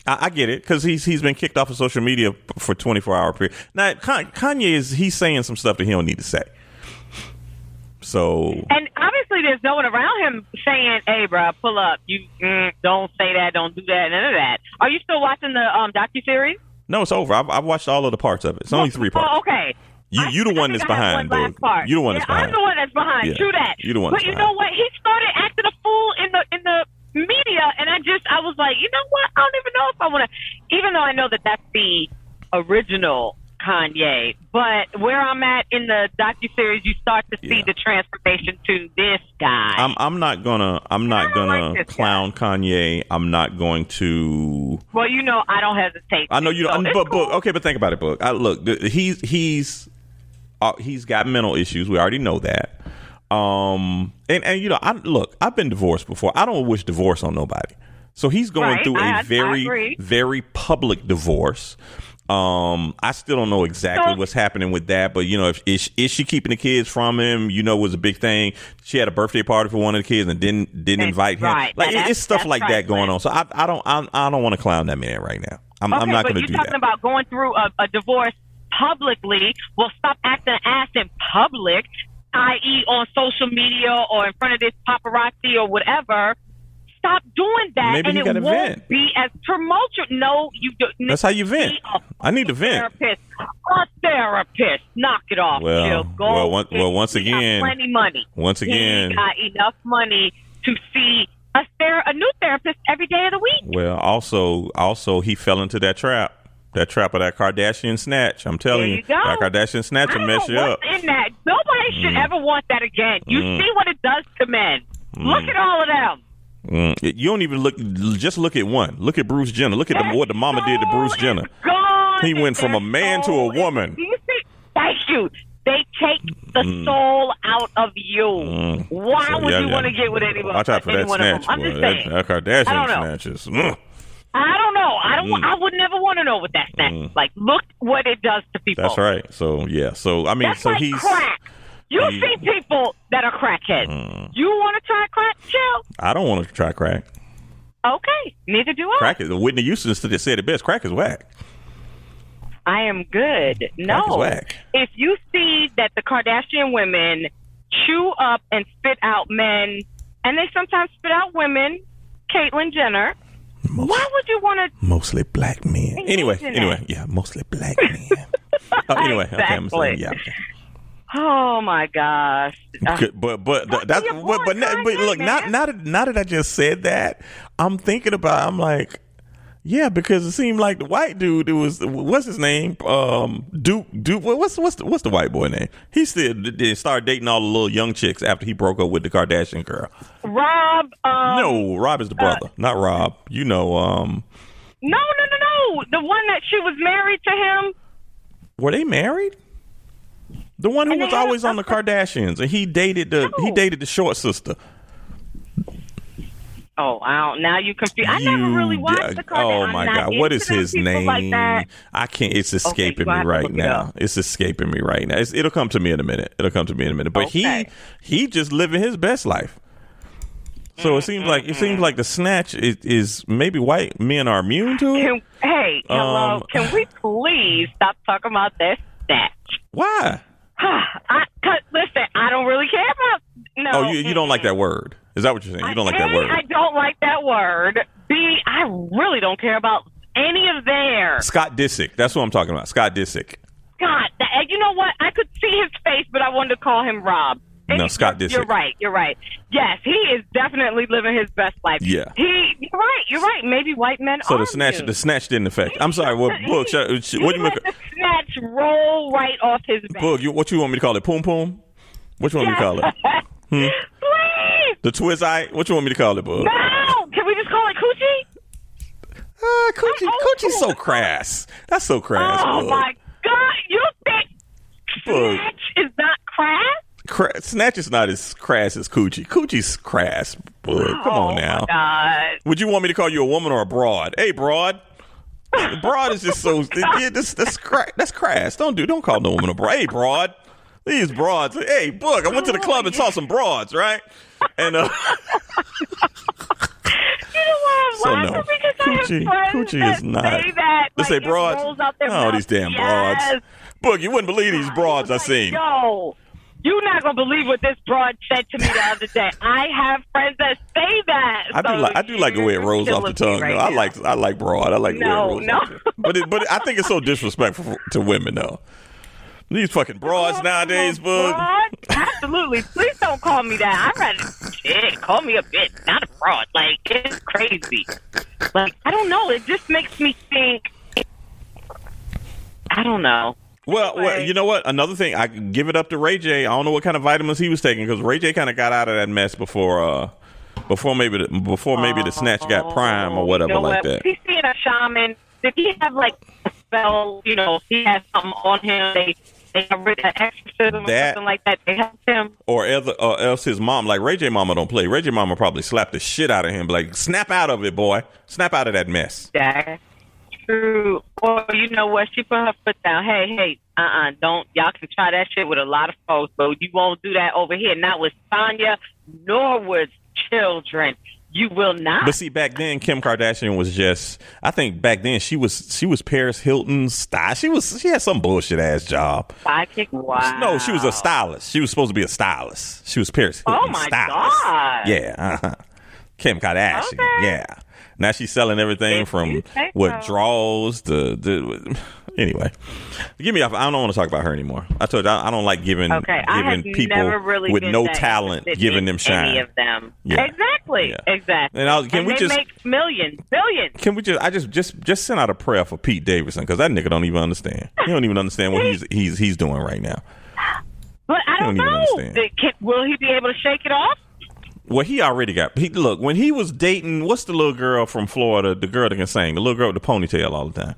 I, I get it because he's he's been kicked off of social media p- for 24 hour period. Now Kan- Kanye is he's saying some stuff that he don't need to say. So
And obviously, there's no one around him saying, "Hey, bro, pull up. You mm, don't say that. Don't do that. None of that." Are you still watching the um, docu series?
no, it's over. I've, I've watched all of the parts of it. It's only three parts.
Oh, okay.
You
I-
you the
I
one
think
that's
I have
behind,
one last
Boog.
part.
You the one
Yeah,
that's behind.
I'm the one that's behind.
Yeah.
True that.
You the one
But
that's
you
behind.
know what? He started acting a fool in the in the media, and I just I was like, you know what? I don't even know if I want to. Even though I know that that's the original Kanye, but where I'm at in the docu series, you start to see
Yeah.
the transformation to this guy.
I'm I'm not gonna I'm not
I don't
gonna
like this guy.
clown Kanye. I'm not going to.
well, you know, I don't hesitate.
I know you
So
don't.
it's
but,
cool.
but okay, but think about it, Book. I, look, th- he's he's uh, he's got mental issues. We already know that. Um, and and you know, I look. I've been divorced before. I don't wish divorce on nobody. So he's going
Right.
through a
I- I
very
agree.
very public divorce. Um, I still don't know exactly
So-
what's happening with that, but you know, if is, is she keeping the kids from him? You know, was a big thing. She had a birthday party for one of the kids and didn't didn't
And-
invite him.
right.
Like
Now,
it,
that's-
it's stuff
that's
like that going
trifling.
on. So I, I don't I, I don't want to clown that man right now. I'm, I'm
Okay,
not
but
going to
you're
do
talking
that.
about going through a, a divorce publicly. Well, stop acting ass in public, i.e., on social media or in front of this paparazzi or whatever. Stop doing that,
Maybe
and
he
it
gotta
won't
vent.
be as tumultuous. No, you do.
That's how you vent.
Be a
I need to vent.
Therapist, a therapist. Knock it off,
Well,
Jill. Go
well,
on,
one-
Jill.
well, once
He got
again-
plenty money.
Once
he
again,
got enough money to see a ther- a new therapist every day of the week.
well, also, also, he fell into that trap, that trap of that Kardashian snatch. I'm telling
There
you,
you go.
that Kardashian snatch
I
will
don't
mess
know
you up. Mm.
what's in that. Nobody should ever want that again. You see what it does to men. Look at all of them.
Mm. You don't even look. Just look at one. Look at Bruce Jenner. Look at the,
Their
what the mama did to
soul
Bruce
is
Jenner.
gone.
He went from
Their
a man to a
soul is-
woman. Mm.
Do you see? Thank you. They take the soul out of you. Why
So,
would
yeah,
you
yeah.
want to get with anyone?
Watch out for that
any one of them?
snatch,
I'm
boy.
just saying.
That, that Kardashian
I don't know.
snatches. Mm.
I don't know. I don't. I would never want to know what that snatch is like. Look what it does to people.
Mm. That's right. So yeah. So I mean,
Oh. That's
so
like
he's.
crack. You
he- Mm.
see people that are crackheads. You want to try crack? Chill.
I don't want to try crack.
Okay, neither do I.
Crack is Whitney Houston said it best. Crack is whack.
I am good.
Crack is
No.
whack.
If you see that the Kardashian women chew up and spit out men, and they sometimes spit out women, Caitlyn Jenner, why would you want to?
mostly black men. Anyway,
Isn't it?
anyway, yeah, mostly black men. Oh, anyway, okay, I'm saying, yeah. okay.
Oh my gosh. Uh,
Good, But but th-
to
that's
your
but
boy
but, na- but
Kanye,
look, not
man.
now that now that I just said that, I'm thinking about. I'm like, yeah, because it seemed like the white dude who was what's his name, um, Duke Duke. what- What's what's the, what's the white boy name? He still d- did start dating all the little young chicks after he broke up with the Kardashian girl.
Rob. Um,
no, Rob is the brother, not Rob. You know, um,
No, no, no, no. The one that she was married to him.
Were they married? The one who
And they
was
had a
always on the Kardashians, and he dated the he
No.
dated the short sister.
Oh, wow. Now you confused. I never
You-
really watched
yeah,
the
Oh
Kardashians.
my
I'm not
god, what is
into them
his
people
name?
Like that.
I can't. It's
you
escaping
gonna
me
have to
right
look it
now.
up.
It's escaping me right now. It's, it'll come to me in a minute. It'll come to me in a minute. But
Okay.
he he just living his best life. So it seems like it seems like the snatch is, is maybe white men are immune to it.
Can, hey, hello.
Um,
can we please stop talking about that snatch? [SIGHS]
Why?
I, cause, listen, I don't really care about. No.
Oh, you you don't like that word? Is that what you're saying? You don't like that
A,
word?
I don't like that word. B, I really don't care about any of theirs.
Scott Disick. That's what I'm talking about. Scott Disick.
God, that, and you know what? I could see his face, but I wanted to call him Rob.
No, Scott
You're
Disick.
right. You're right. Yes, he is definitely living his best life.
Yeah.
He. You're right. You're right. Maybe white men.
So
are
the snatch
immune.
the snatch didn't affect. I'm sorry.
[LAUGHS]
What book? What do
He
you
let
make?
the snatch roll right off his back.
Boog, you, what you want me to call it? Poom poom? What you want me to call it?
Please,
The twist eye? What you want me to call it,
[LAUGHS]
Boog?
no. Can we just call it coochie?
Ah, coochie,
I'm old
coochie's so
school.
crass. That's so crass,
oh
Boog.
my God! You think
Boog.
snatch is not crass?
Cra- Snatch is not as crass as coochie. Coogie's crass, Boog. Come on
Oh,
now.
God.
Would you want me to call you a woman or a broad? Hey, broad. broad is just
[LAUGHS]
so. Yeah, that's, that's, cra- that's crass. Don't do. Don't call no woman a broad. Hey, broad. These broads. Hey, Boog, I went to
Oh,
the club and saw some broads, right? And uh,
You know why I'm
So
laughing?
no.
Because I have
Coochie-
friends
coochie
that
is not-
Say that.
They
like,
say
it
broads.
rolls out their
Oh,
mouth.
these damn
Yes. Oh,
broads. Boog, you wouldn't believe these broads I
Like,
seen.
Yo, you're not gonna believe what this broad said to me the other day. I have friends that say that.
[LAUGHS] I do
So
like I do like the way it
you're
rolls off the
killing
tongue.
me
though.
right
I
now.
like I like broad. I like the
No,
way it rolls
no.
off the tongue. But it, but I think it's
[LAUGHS]
so disrespectful to women though. These fucking broads
Broad,
nowadays,
broad,
bug.
broad? Oh, Absolutely. Please don't call me that. I'm rather shit. Call me a bitch, not a broad. Like it's crazy. Like I don't know. It just makes me think. I don't know.
Well, well,
Anyway.
you know what? Another thing, I can give it up to Ray J. I don't know what kind of vitamins he was taking because Ray J. kind of got out of that mess before, uh, before maybe the, before maybe the snatch got prime or whatever
Oh, you know
like
what?
that.
Was he seeing a shaman? Did he have like a spell? You know, he had something on him. They they got rid of exorcism or
That-
something like that. They helped him.
or other, or else his mom, like Ray J. Mama, don't play. Ray J. Mama probably slapped the shit out of him, like snap out of it, boy, snap out of that mess.
That's true. Or you know what? She put her foot down. Hey, hey, uh, uh-uh, uh, do not Y'all can try that shit with a lot of folks, but you won't do that over here. Not with Sonya, nor with children. You will not.
But see, back then Kim Kardashian was just. I think back then she was she was Paris Hilton's style. She was she had some bullshit ass job.
Sidekick? Wow.
No, she was a stylist. She was supposed to be a stylist. She was Paris
Oh
Hilton's
my
stylist.
God.
Yeah, uh-huh. [LAUGHS] Kim Kardashian.
Okay.
Yeah. Now she's selling everything
If
from
you say
what
so.
draws to, to anyway. Give me off. I don't want to talk about her anymore. I told you I, I don't like giving
Okay, I have
giving people
never really
with
been
no
that
talent
interested
giving
in
them shine.
Any of them?
Yeah.
Exactly,
Yeah.
exactly.
And I was- can we
they
just-
make millions, billions?
Can we just? I just just just send out a prayer for Pete Davidson because that nigga don't even understand. He don't even understand what he's he's he's doing right now.
But I
don't
don't,
even
know.
understand.
That Can, will he be able to shake it off?
Well, he already got. He, look, when he was dating, what's the little girl from Florida? The girl that can sing, the little girl with the ponytail all the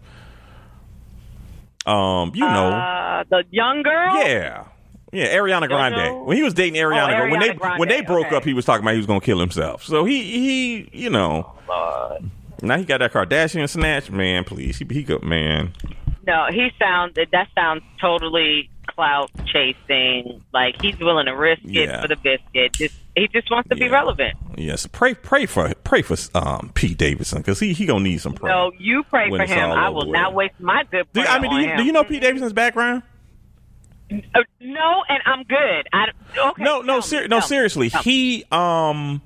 time. Um, you know,
Uh, the young girl.
yeah, yeah, Ariana Grande.
know?
When he was dating Ariana,
Oh,
when they
Ariana Grande,
when they broke
okay.
up, he was talking about he was gonna kill himself. So he he, you know,
Oh,
now he got that Kardashian snatch. Man, please, he he good man.
No, he sounds. That sounds totally clout chasing. Like he's willing to risk it
Yeah.
for the biscuit. Just he just wants to be
Yeah.
relevant.
Yes, pray pray for pray for um Pete Davidson because he he gonna need some prayer.
So you pray
When
for
it's
him.
all
I
over
will
with.
not waste my good.
do,
prayer
I mean, do
on
you,
him.
do you know Pete Davidson's background?
Uh, no, and I'm good. I, okay,
no, no,
tell
ser-
me,
no,
tell me.
seriously. He um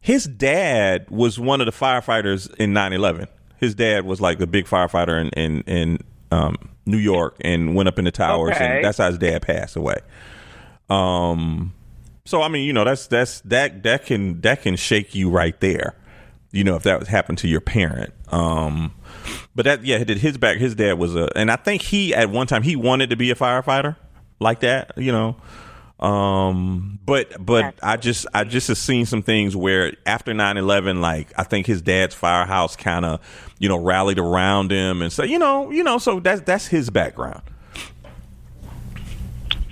his dad was one of the firefighters in 9/11. His dad was like the big firefighter in in, in um New York and went up in the towers
Okay.
and that's how his dad passed away. Um so I mean, you know, that's that's that that can that can shake you right there. You know, if that happened to your parent. Um but that yeah, his- his back his dad was a and I think he at one time he wanted to be a firefighter like that, you know. Um, but but I just I just have seen some things where after 9-11, like I think his dad's firehouse kind of you know rallied around him and so you know you know so that's that's his background.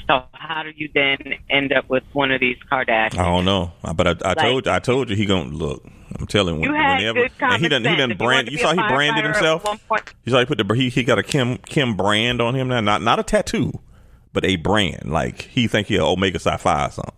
So how do you then end up with one of these Kardashians?
I don't know, I- but I, I told you, I told you he gonna look. I'm telling you,
You had
whenever
good common
and he done he
sense.
done
If you wanted
brand.
to
You
be
saw
a
he branded
firefighter at
himself.
one point-
You saw he put the he he got a Kim Kim brand on him now, not not a tattoo, but a brand. Like he think he a Omega Psi Phi or something.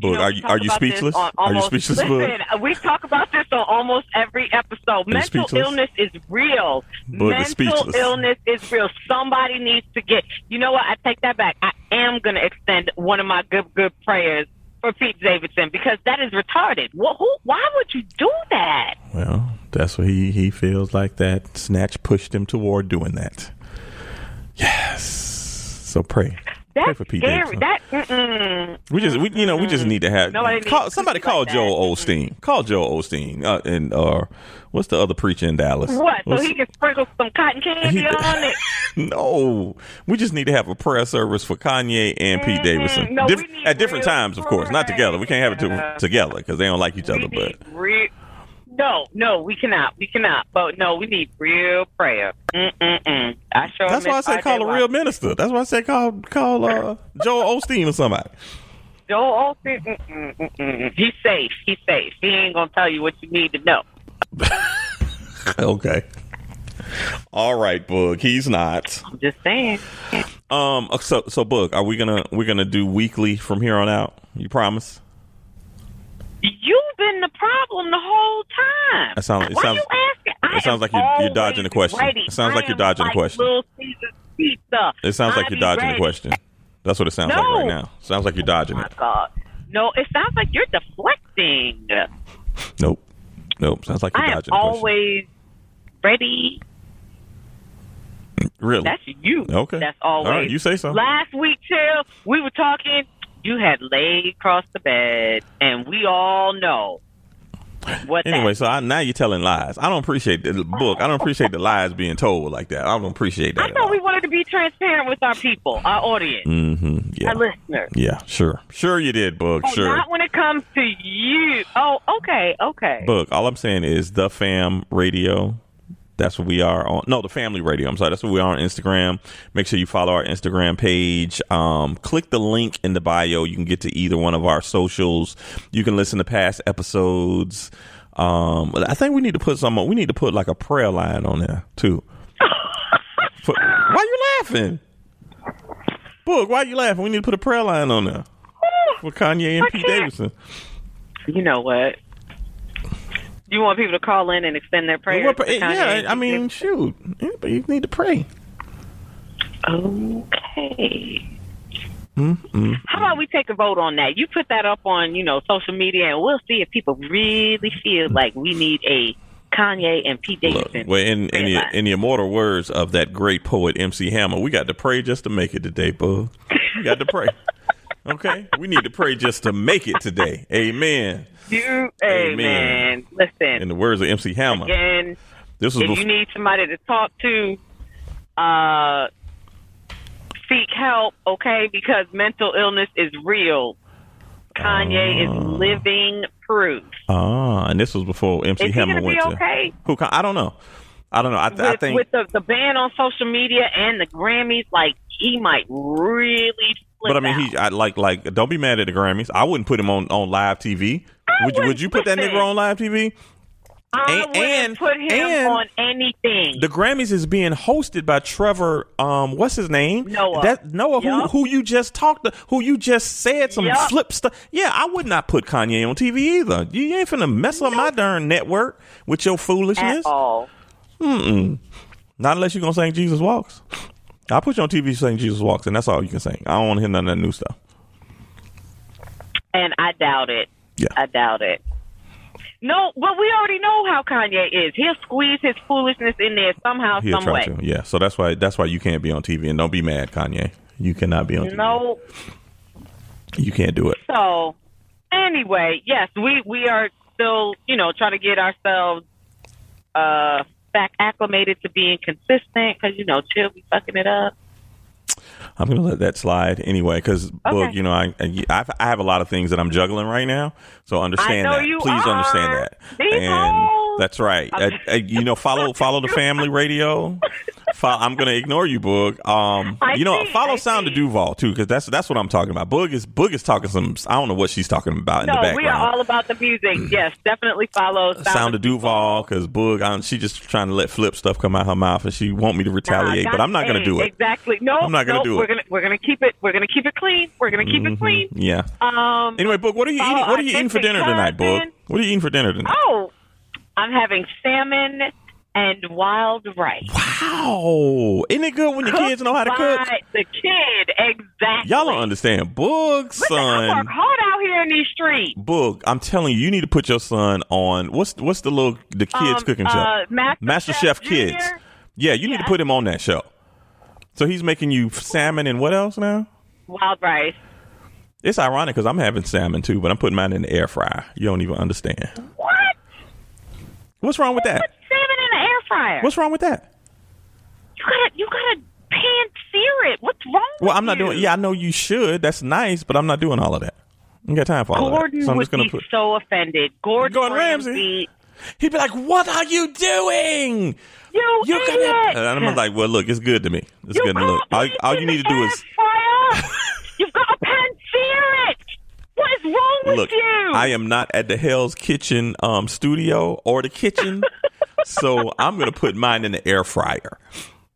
But
You know,
are
we
you
talk
are you
about this
speechless?
on
Are you
almost-
speechless? Bug?
Listen, we talk about this on almost every episode. Mental
speechless?
illness is real.
Bug is
Mental
speechless.
illness is real. Somebody needs to get. You know what? I take that back. I am going to extend one of my good good prayers for Pete Davidson because that is retarded. Wha who? Why would you do that?
Well, that's what he he feels like that snatch pushed him toward doing that. Yes. So pray. pray
That's
for Pete
scary.
Davidson.
That mm-mm.
we just we you know we just need to have
Mm-hmm. Nobody needs
call,
to
somebody
speak like
call
that.
Joel Osteen. Call Joel Osteen uh, and uh, what's the other preacher in Dallas?
what? So
What's-
he can sprinkle some cotton candy
He-
on it.
no, we just need to have a prayer service for Kanye and Pete
Mm-mm.
Davidson
Mm-hmm. No, we
Diff-
need
at different
real
times, of course, not together. We can't have it to-
prayer.
together because they don't like each other.
We
But
need real. No, no, we cannot. We cannot. But no, we need real prayer. Mm-mm-mm. I sure.
that's why I
miss
say
my
call
day
a real
watch.
minister. That's why I say call call uh, Joel Osteen or somebody. [LAUGHS]
Joel Olsen. Mm-mm, mm-mm. He's safe. He's safe. He ain't gonna tell you what you need to know.
Okay. All right, Boog. He's not.
I'm just saying.
Um. So so Boog, are we gonna we're gonna do weekly from here on out? You promise?
You've been the problem the whole time.
That sound- it
Why
sounds-
you asking? I
it sounds
am
like you're- you're
always
dodging the question.
ready.
It sounds
I
like you're
am
dodging the
like
question.
Little Caesar's pizza.
It sounds like
I
you're
be
dodging the
ready.
question. That's what it sounds like
No.
right now. Sounds like you're dodging
Oh my
it.
God. No, it sounds like you're deflecting.
Nope. Nope. Sounds like you're
I am
dodging the question.
always ready.
Really?
That's you.
Okay.
That's always.
All right, you say so.
Last week, Till, we were talking. You had laid across the bed, and we all know what. that-
Anyway, so I, now you're telling lies. I don't appreciate the book. I don't appreciate the lies being told like that. I don't appreciate that.
I thought we wanted to be transparent with our people, our audience,
Mm-hmm. Yeah.
our listeners.
yeah. Sure. Sure, you did, Boog.
Oh,
sure.
Not when it comes to you. Oh, okay, okay.
Book. All I'm saying is the fam radio. That's what we are on. No, the family radio. I'm sorry. That's what we are on Instagram. Make sure you follow our Instagram page. Um, click the link in the bio. You can get to either one of our socials. You can listen to past episodes. Um, I think we need to put some. We need to put like a prayer line on there
[LAUGHS]
too. Put- why you laughing? Book. Why you laughing? We need to put a prayer line on there for Kanye and
I
Pete
can't.
Davidson.
you know what? You want people to call in and extend their prayers?
Well,
to
pray-
Kanye
yeah,
and
I mean, shoot, Yeah, but you need to pray.
Okay. How about we take a vote on that? You put that up on, you know, social media, and we'll see if people really feel like we need a Kanye and Pete
Look,
Davidson.
well, in, in,
prayer
the,
line.
in the immortal words of that great poet MC Hammer, we got to pray just to make it today, boo. We got to pray.
[LAUGHS]
Okay, we need to pray just to make it today. Amen.
you,
Amen.
amen. Listen,
In the words of MC Hammer,
again,
this was
if you
before,
need somebody to talk to, uh, seek help, okay? Because mental illness is real. Kanye is living proof.
ah, and this was before MC
Is he
Hammer
gonna
went
be
to
okay?
who? ca- I don't know. I don't know. I, th-
with,
I think
with the, the ban on social media and the Grammys, like he might really. Flip
But I mean,
out.
he I, like like don't be mad at the Grammys. I wouldn't put him on on live TV. Would you would you put that
listen.
nigga on live TV?
I
and-
wouldn't
and-
put him
and-
on anything.
The Grammys is being hosted by Trevor. Um, what's his name?
Noah.
That Noah,
Yup.
who who you just talked to, who you just said some
Yup.
flip stuff. Yeah, I would not put Kanye on TV either. You ain't finna mess up my darn network with your
at
foolishness.
all.
Not unless you're gonna sing Jesus Walks. I put you on TV saying Jesus Walks, and that's all you can sing. I don't want to hear none of that new stuff.
And I doubt it.
Yeah.
I doubt it. No, but we already know how Kanye is. He'll squeeze his foolishness in there somehow,
He'll
some
try
way.
to. Yeah. So that's why that's why you can't be on TV and don't be mad, Kanye. You cannot be on TV.
No,
You can't do it.
so anyway, yes, we we are still, you know, trying to get ourselves uh back acclimated to being consistent because you know, chill, be fucking it up.
I'm gonna let that slide anyway, because look,
Okay.
you know, I, I I've- I have a lot of things that I'm juggling right now, so understand
I know
that.
you
Please
are.
understand that.
These
and
hoes. [LAUGHS]
that's right. Uh, uh, you know, follow follow the family radio. Fo- I'm gonna ignore you, Boog. Um,
I
you know,
see,
follow
I
Sound to
see.
Duval too, because that's that's what I'm talking about. Boog is Boog is talking some. I don't know what she's talking about in the
No,
background. Mm.
we are all about the music. Yes, definitely follow Sound,
Sound of Duval because Boog, I, she just trying to let flip stuff come out her mouth, and she want me to retaliate,
Nah,
but I'm not
God
gonna do
dang,
it.
Exactly. No,
I'm not gonna
no,
do
we're
it. Mm-hmm.
Gonna, we're gonna keep it. We're gonna keep it clean. We're gonna keep it clean.
Yeah.
Um.
Anyway, Boog, what are you
follow
eating? What
our
are you eating for
distant
dinner tonight, Boog?
cousin.
What are you eating for dinner tonight?
Oh, I'm having salmon and wild rice. Oh.
Wow, isn't it good when your kids know how to cook?
By The kid, exactly.
Y'all don't understand, Boog,
Listen, I work
son.
hard out here in these streets.
Boog, I'm telling you, you need to put your son on what's what's the little the kids
Um,
cooking show?
uh, Master,
Master Chef
Junior.
Kids. Yeah, you need to
Yeah.
put him on that show. So he's making you salmon and what else now?
Wild rice.
It's ironic because I'm having salmon too, but I'm putting mine in the air fryer. You don't even understand.
What?
What's wrong with that?
Salmon in the air fryer.
What's wrong with that?
You gotta, you gotta pan sear it. What's wrong?
Well,
with
I'm not
you?
doing. Yeah, I know you should. That's nice, but I'm not doing all of that. I ain't got time for all of
Gordon
that. So I'm
would
just gonna
be
put.
so offended. Gordon,
Gordon Ramsay. He'd be like, "What are you doing?
You
You're
idiot!
gonna." And I'm like, "Well, look, it's good to me. It's
you
good to
can't
look. All,
put it
all
in
you need
the
to do
air
is
fryer. You've got to pan sear it. What is wrong with
look.
you?
I am not at the Hell's Kitchen um, studio or the kitchen, so I'm gonna put mine in the air fryer."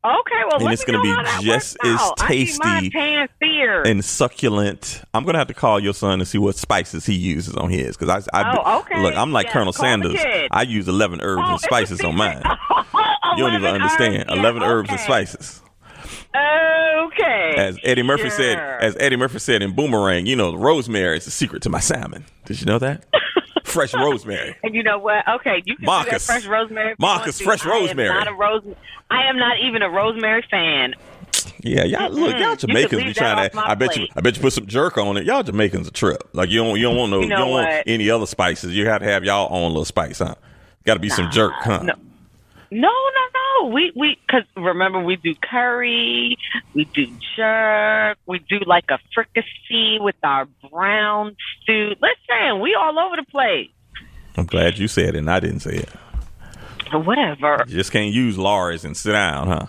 Okay, well,
And
let
it's
me
gonna
know
be
how that
just
works
as
out. I
tasty
need mine pan-seared.
and succulent. I'm gonna have to call your son and see what spices he uses on his because I, I
Oh, okay.
look. I'm like
Yeah,
Colonel
call the
Sanders.
kid.
I use 11 herbs
Oh,
and
it's a
spices on mine.
secret. [LAUGHS]
You don't even
11
understand.
herbs, yeah,
11 herbs and
okay.
spices.
Okay.
As Eddie Murphy said,
Sure.
as Eddie Murphy said in Boomerang, you know, rosemary is the secret to my salmon. Did you know
[LAUGHS]
that? Fresh rosemary.
and you know what? Okay, you can do that
Marcus.
fresh rosemary. if you
Marcus,
want
fresh
to. I am
rosemary.
Not a rose- I am not even a rosemary fan.
Yeah, y'all look, y'all
Mm-hmm. You could
Jamaicans be
leave
trying
that
to.
off my
I bet you,
plate.
I bet you put some jerk on it. Y'all Jamaicans a trip. Like you don't, you don't want no, you,
You know
don't want
what?
any other spices. You have to have y'all own little spice, huh? Got to be some jerk, huh?
no. No, no, no. We we because remember we do curry, we do jerk, we do like a fricassee with our brown stew. Listen, we all over the place.
I'm glad you said it, and I didn't say it.
Whatever.
You just can't use Laura's and sit down, huh?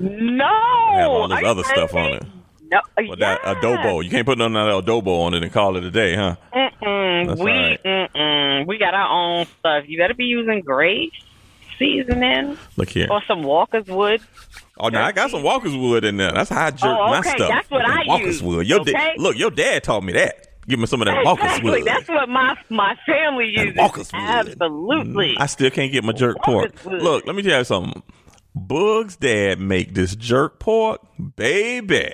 No.
Have all this
Are you
other stuff
crazy?
on it.
No.
But that adobo, you can't put none of that adobo on it and call it a day, huh? That's
Mm-mm, we
all right.
mm-mm, we got our own stuff. You better be using grape seasoning
Look here.
or some Walker's Wood.
Oh, no, I got some Walker's Wood in there. That's how I jerk
Oh,
my
okay,
stuff.
that's what I
Walker's
use,
Wood. Your da-
okay?
look, your dad taught me that. Give me some of that Walker's
exactly.
Wood.
That's what my my family
That
uses.
Walker's Wood. Mm,
Absolutely.
I still can't get my jerk
Walker's
pork.
Wood.
Look, let me tell you something. Boog's dad make this jerk pork, baby.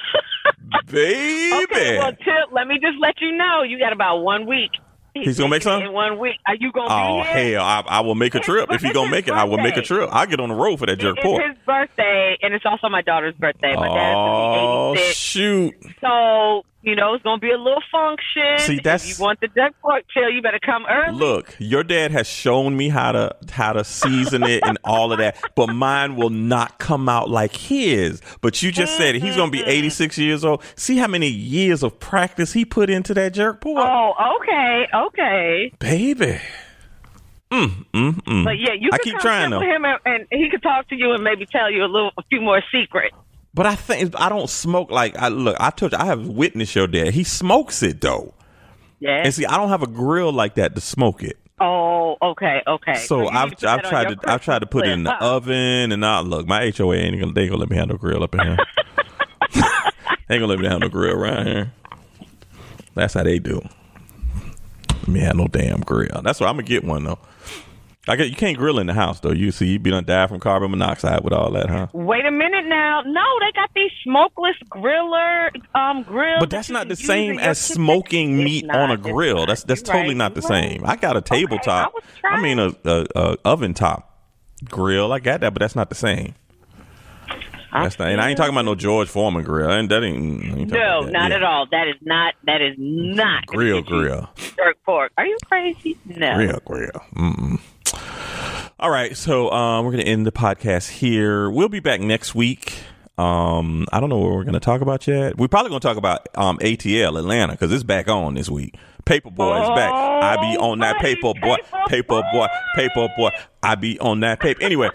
[LAUGHS]
baby.
Okay, well, Tip, let me just let you know you got about one week.
He's gonna make
making it
some?
in one week. Are you gonna
Oh
be here?
hell! I, I will make a trip if he
it's
gonna
his
make it. I will make a
birthday.
trip. I'll get on the road for that jerk
It's
pork.
his birthday, and it's also my daughter's birthday. My dad's gonna
Oh
be 86.
shoot!
So, you know, it's going to be a little function.
See, that's-
If you want the duck cocktail, you better come early.
Look, your dad has shown me how to how to season it and all of that, but mine will not come out like his. But you just said it. he's gonna be eighty six years old. See how many years of practice he put into that jerk pork,
Oh, okay, okay.
baby.
But yeah, you
Mm. I
can
keep
come
trying,
sit
though.
with him and, and he could talk to you and maybe tell you a little, a few more secrets.
But I think I don't smoke like I look. I told you I have witnessed your dad. He smokes it though,
Yeah.
and see I don't have a grill like that to smoke it.
oh, okay, okay. you
So
need
I've
to put
I've
that on
tried
your
to I've tried to put it
Christmas
in the
list, huh?
oven and I look my HOA ain't gonna they gonna let me have no grill up in
[LAUGHS]
here. ain't gonna let me have no grill around here. That's how they do. Let me have no damn grill. That's why I'm gonna get one though. I get you can't grill in the house though. You see you be done die from carbon monoxide with all that, huh?
Wait a minute now. No, they got these smokeless griller um grills.
But that's
that you
not
can
the
use in
same
your
as
kitchen.
smoking
It's
meat
not,
on a
it's
grill.
not.
That's that's
You're right,
totally not the
you're right.
same. I got a tabletop.
was
I
trying.
mean a, a, a oven top grill. I got that, but that's not the same. That's not, and I ain't talking about no George Foreman grill. I ain't, that ain't, I ain't talking
No,
about that.
not
Yeah.
at all. That is not. That is not gonna
Grill,
get you
grill,
Jerk pork. Are you crazy? No.
grill, grill. Mm-mm. All right, so um, we're going to end the podcast here. We'll be back next week. Um, I don't know what we're going to talk about yet. We're probably going to talk about um, ATL Atlanta because it's back on this week. Paperboy is back. I be on that
buddy,
paperboy, paperboy, paperboy. I be on that paper. Anyway,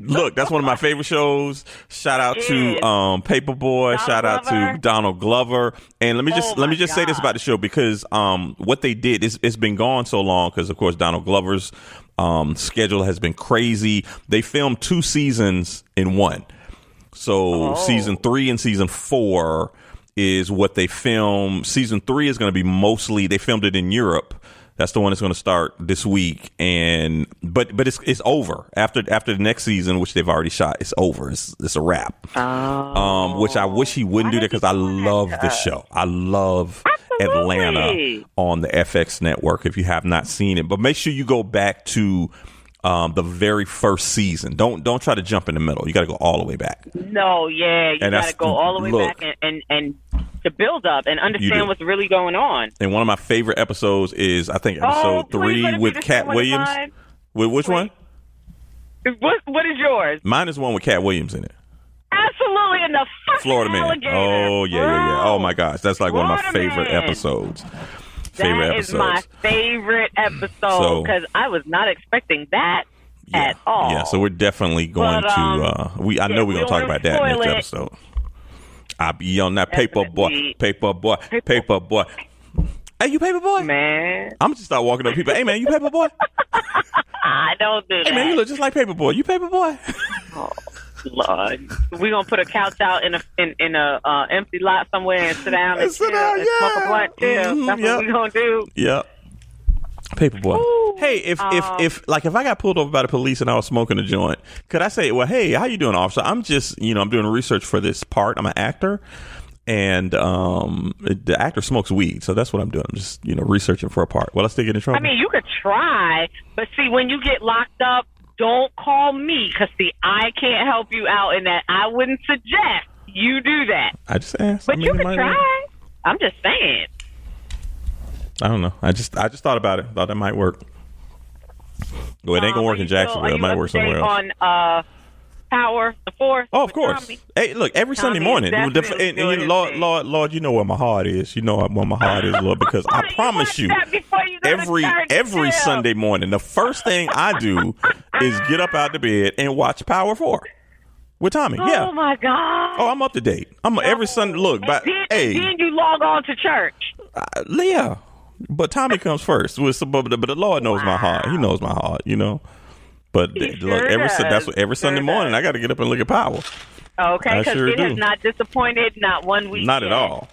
look, that's one of my favorite shows. Shout out
Yes.
to um, Paperboy.
Donald
Shout out to
Glover.
Donald Glover. And let me just
Oh
let me
my
just say this
God.
about the show because um, what they did is it's been gone so long because of course Donald Glover's um, schedule has been crazy. They filmed two seasons in one. So season three and season four is what they film. Season three is going to be mostly they filmed it in Europe. That's the one that's going to start this week, and but but it's it's over after after the next season, which they've already shot. It's over. It's it's a wrap. Um, which I wish he wouldn't do that because I love the show. I love Atlanta
Absolutely.
on the FX network. If you have not seen it, but make sure you go back to um, the very first season. Don't don't try to jump in the middle. You got to go all the way back.
No, yeah, you
And
got
that's-
to go all the way
look.
back and, and and to build up and
do.
understand what's really going on.
And one of my favorite episodes is I think episode
Oh, please
three
let it be
with
the
Cat
same one as
Williams.
mine.
With which one?
What what is yours?
Mine is one with Cat Williams in it.
Absolutely in the fucking
Florida Man.
alligator,
Oh yeah, yeah, yeah.
bro.
Oh my gosh, that's like one of my
Florida
favorite
Man.
episodes.
That
Favorite
is
episodes. Mm.
my favorite episode
So-
because I was not expecting that
yeah.
at all.
Yeah, so we're definitely going
But, um,
to. Uh, we I
yeah,
know we're
we
gonna
don't
talk
wanna
about that
spoil
next
it.
episode. I be on that paper boy,
Definitely.
paper boy, paper boy. Hey, you paper boy?
Man,
I'm just start walking up to people. Hey man, you paper boy?
I don't do that.
Hey man, you look just like paper boy. You paper boy?
Lord, we gonna put a couch out in a in, in a uh, empty lot somewhere and sit down and,
And [LAUGHS] sit
chill
down,
and smoke
yeah.
a blunt too.
Mhm,
That's
yep.
what we gonna do.
Yeah. Paperboy.
Ooh. Uh,
Hey, if if if like if I got pulled over by the police and I was smoking a joint, could I say, "Well, hey, how you doing, officer? I'm just, you know, I'm doing research for this part. I'm an actor." And um, the actor smokes weed, so that's what I'm doing. I'm just, you know, researching for a part. Well, I still get in trouble.
I mean, you could try, but see, when you get locked up, don't call me because see, I can't help you out in that. I wouldn't suggest you do that,
I just asked. I
but
mean,
you
it
could
might-
try. I'm just saying.
I don't know. I just, I just thought about it. Thought that might work. Well, it ain't gonna
Um,
work
are
in
you still-
Jacksonville.
are
it
you
might
up
work
to
somewhere
date
else.
On uh, Power the Fourth.
Oh, of
with
course.
Tommy?
Hey, look, every
Tommy
Sunday morning,
is
it will def-
definitely
and, and you,
doing his
Lord,
thing.
Lord, Lord, you know where my heart is. You know where my heart is, Lord, because I
Why you
promise
watch
you,
that before you go to
every
church?
every
Chill.
Sunday morning, the first thing I do is get up out of bed and watch Power Four with Tommy.
Oh
yeah.
my God.
Oh, I'm up to date. I'm every Sunday. Look,
And
but
then,
hey,
then you log on to church.
uh, Leah. But Tommy comes first. With some, but, but the Lord knows my heart. He knows my heart. You know. But th- look,
sure
every Sun- that's
does.
what every
Sure
Sunday morning
does.
I got to get up and look at Power.
Okay,
I
because
sure
it
do.
has not disappointed not one week.
Not at
yet.
all.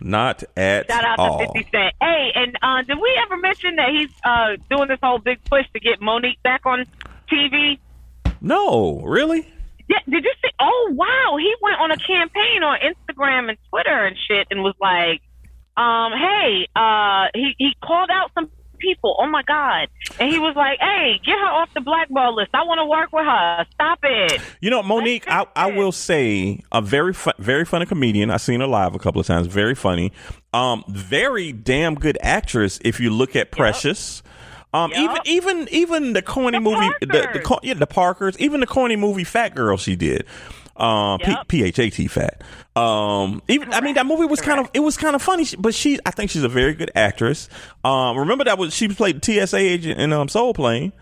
Not at
Shout out
all.
to 50 Cent. Hey, and uh, did we ever mention that he's uh, doing this whole big push to get Monique back on TV?
No, really?
Yeah, did you see? Oh, wow. He went on a campaign on Instagram and Twitter and shit and was like, um, hey, uh, he, he called out some people. Oh, my God. And he was like, hey, get her off the blackball list. I want to work with her. Stop it.
You know, Monique, I, I will say a very fu- very funny comedian. I've seen her live a couple of times. Very funny. Um, very damn good actress. If you look at Precious. Um,
Yup.
even even even the corny movie, the the,
Parkers.
co- yeah, the Parkers, even the corny movie Fat Girl she did, um,
Yup.
P H A T Fat. Um, even I mean that movie was kind of it was kind of funny, she- but she I think she's a very good actress. Um, remember that was she played the TSA agent in um, Soul Plane.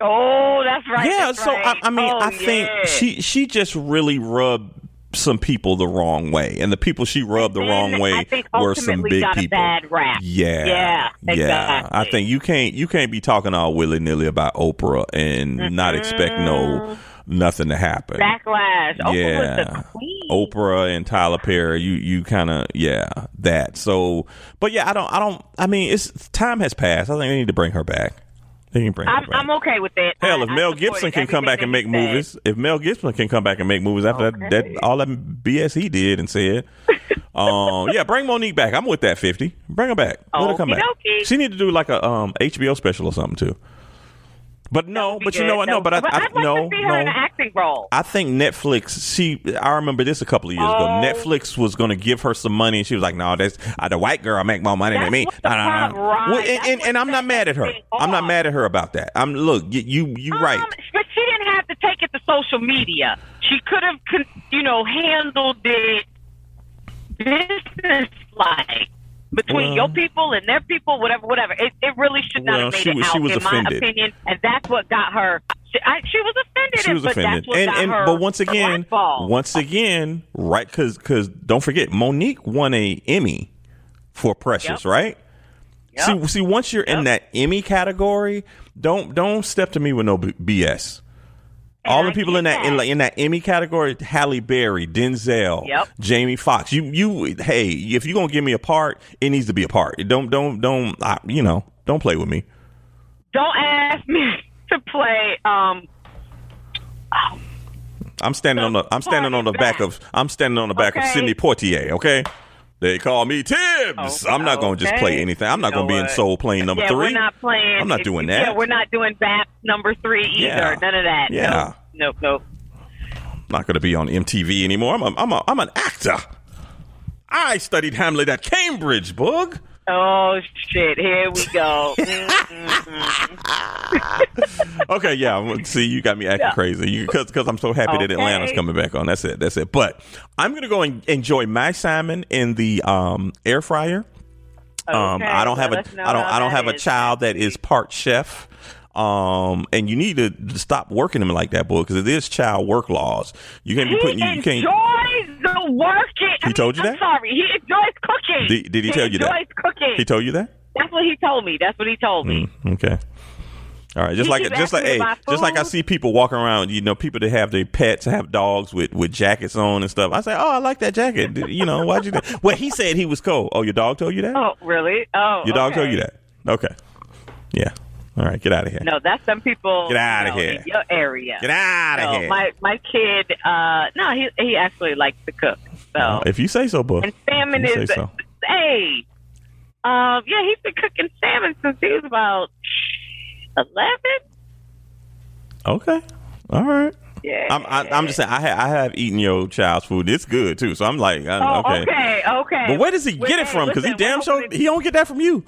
Oh, that's right.
Yeah,
that's
so
right.
I, I mean,
Oh,
I think
yeah.
she she just really rubbed some people the wrong way, and the people she rubbed the
Then
wrong way
I think
were some
ultimately
big
got
people.
A bad rap.
Yeah,
yeah,
yeah.
exactly.
I think you can't you can't be talking all willy nilly about Oprah and not expect no nothing to happen.
backlash. Oprah
yeah,
was the queen.
Oprah and Tyler Perry. You you kind of yeah that. So, but yeah, I don't I don't. I mean, it's time has passed. I think they need to bring her back. They can bring her
I'm,
back.
I'm okay with it.
Hell,
I-
if
I
Mel
supported
Gibson can come back and make
everything that he said.
movies, if Mel Gibson can come back and make movies after that, that all that BS he did and
[LAUGHS]
said, um, yeah, bring Monique back. I'm with that fifty. Bring her back. Let her come back.
Okey-dokey.
She need to do like a um, HBO special or something too. But no,
That'd be
Oh, but you
good.
know what? No, but I,
But
I
I'd like
no,
to see her in
no.
an acting role.
I think Netflix. She, I remember this a couple of years ago.
Oh.
Netflix was going to give her some money, and she was like, "No, that's uh, the white girl make more money than
That's
me."
what
No,
the
no, no.
fuck, right.
Well, and,
That's
and, and
what
I'm not
set
mad at her.
everything
I'm not
off.
mad at her about that. I'm look, you, you, you
Um,
right.
But she didn't have to take it to social media. She could have, con- you know, handled it business like between
Well-
your people and their people, whatever, whatever. It, it really should not
Well,
have made
she
it
was-
out,
she was
in
offended.
my opinion, and that's what got her. She, I, she was offended.
she was
but
offended
That's what
and
got
and
her
but once again
blackballed.
once again right because because don't forget monique won a emmy for precious
Yep.
right
Yep.
see see once you're in
Yep.
that emmy category don't don't step to me with no B- bs all
And
the
I
people
get
in that in,
that.
like, in that Emmy category, Halle Berry, Denzel,
Yep.
Jamie Foxx. You you hey, if you're gonna give me a part, it needs to be a part. Don't don't don't I, you know don't play with me.
don't ask me [LAUGHS] to play. Um,
I'm standing on the I'm standing on the back of I'm standing on the back of
Okay.
Sydney Portier. Okay, they call me Tibbs.
Oh,
I'm not going to just play
okay.
anything. I'm not
You
going to be
know
in
what?
soul playing number
yeah,
three.
we're not playing.
I'm not
if-
doing
Yeah,
that.
we're not doing BAP number three either.
Yeah.
None of that.
Yeah.
No, no, no.
not going to be on MTV anymore. I'm a, I'm a, I'm an actor. I studied Hamlet at Cambridge, Boog.
Oh shit! Here we
[LAUGHS]
go.
Okay, yeah. well, See, you got me acting crazy because because I'm so happy that
Okay.
Atlanta's coming back on. That's it. That's it. But I'm gonna go and enjoy my salmon in the um, air fryer. Um,
Okay,
I don't have
let
a
us know
I don't
how
I don't
that
have a
is.
child that is part chef. Um, and you need to stop working him like that, boy, because it is child work laws. You can't
He
be putting you, you can't.
enjoys the working. I
He told you
I'm
that?
Sorry, he enjoys cooking.
Did- did he tell you that?
Enjoys cooking.
He told you that?
That's what he told me. That's what he told me.
Mm, Okay. All right, just
He
like
keep
just like
asking
hey,
about
just like I
food.
see people walking around, you know, people that have their pets have dogs with with jackets on and stuff. I say, oh, I like that jacket. Did- You know, why'd you? do- Well, he said he was cold. Oh, your dog told you that?
Oh, really? Oh,
your dog
okay.
told you that? Okay. Yeah. All right, get out of here.
No, that's some people.
Get outta
you know,
here.
In your area.
Get out of
No,
here.
My my kid. Uh, no, he he actually likes to cook. So
Uh, if you say so, boy.
and salmon
if you
is
say so.
hey. Um, yeah, he's been cooking salmon since he was about eleven.
Okay. All right.
Yeah.
I'm I, I'm just saying I have I have eaten your child's food. It's good too. So I'm like, I,
Oh,
okay.
okay, okay.
But where does he
Well,
get it
hey,
from? Because he
listen,
damn
we're
sure
hoping-
he don't get that from you.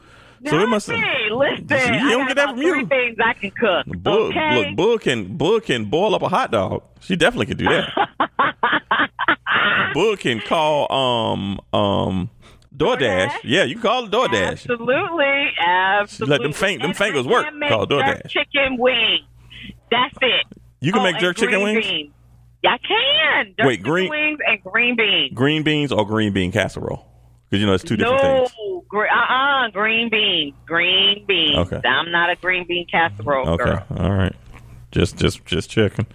So it
Not
must.
me. Listen,
You
I
don't
got
get that
about
from you.
Three things I can cook.
Bull,
okay?
Look, Bull can Bull can boil up a hot dog. She definitely could do that. Bull can call um um DoorDash.
DoorDash?
Yeah, you can call DoorDash.
Absolutely, absolutely.
Let them fang- them
And
fingers
I
work,
can make
called
jerk
DoorDash.
Chicken wings. That's it.
You can
Oh,
make
and
jerk chicken
green
wings,
Beans. Yeah, I can. Jerk
Wait,
chicken
green-
wings and green beans.
green beans, or green bean casserole. Because you know it's two different
no,
things.
gre- uh-uh, green beans, green beans.
Okay.
I'm not a green bean casserole
Okay,
girl.
all right. Just just just checking,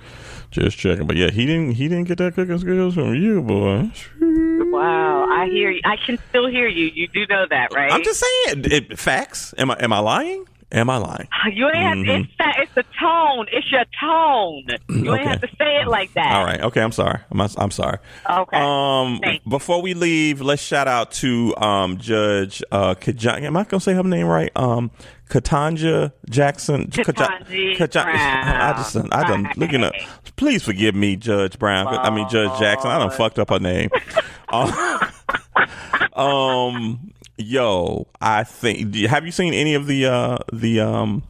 just checking. But yeah, he didn't he didn't get that cooking skills from you, boy.
Wow, I hear you. I can still hear you. You do know that, right?
I'm just saying it, facts. Am I am I lying? Am I lying?
You ain't have
Mm-hmm.
to, it's, that, it's the tone. It's your tone. You
Okay.
ain't have to say it like that.
All right. Okay. I'm sorry. I'm, I'm sorry.
Okay.
Um,
Thanks.
before we leave, let's shout out to um, Judge uh, Kajan. Am I gonna say her name right? Um, Katanja Jackson. Kaja-
Ketanji
Kaja- [LAUGHS]
Brown.
I just I done
Right.
looking up. Please forgive me, Judge Brown. I mean Judge Jackson. I done fucked up her
[LAUGHS]
name. um, [LAUGHS] um, yo, I think. Have you seen any of the uh, the um?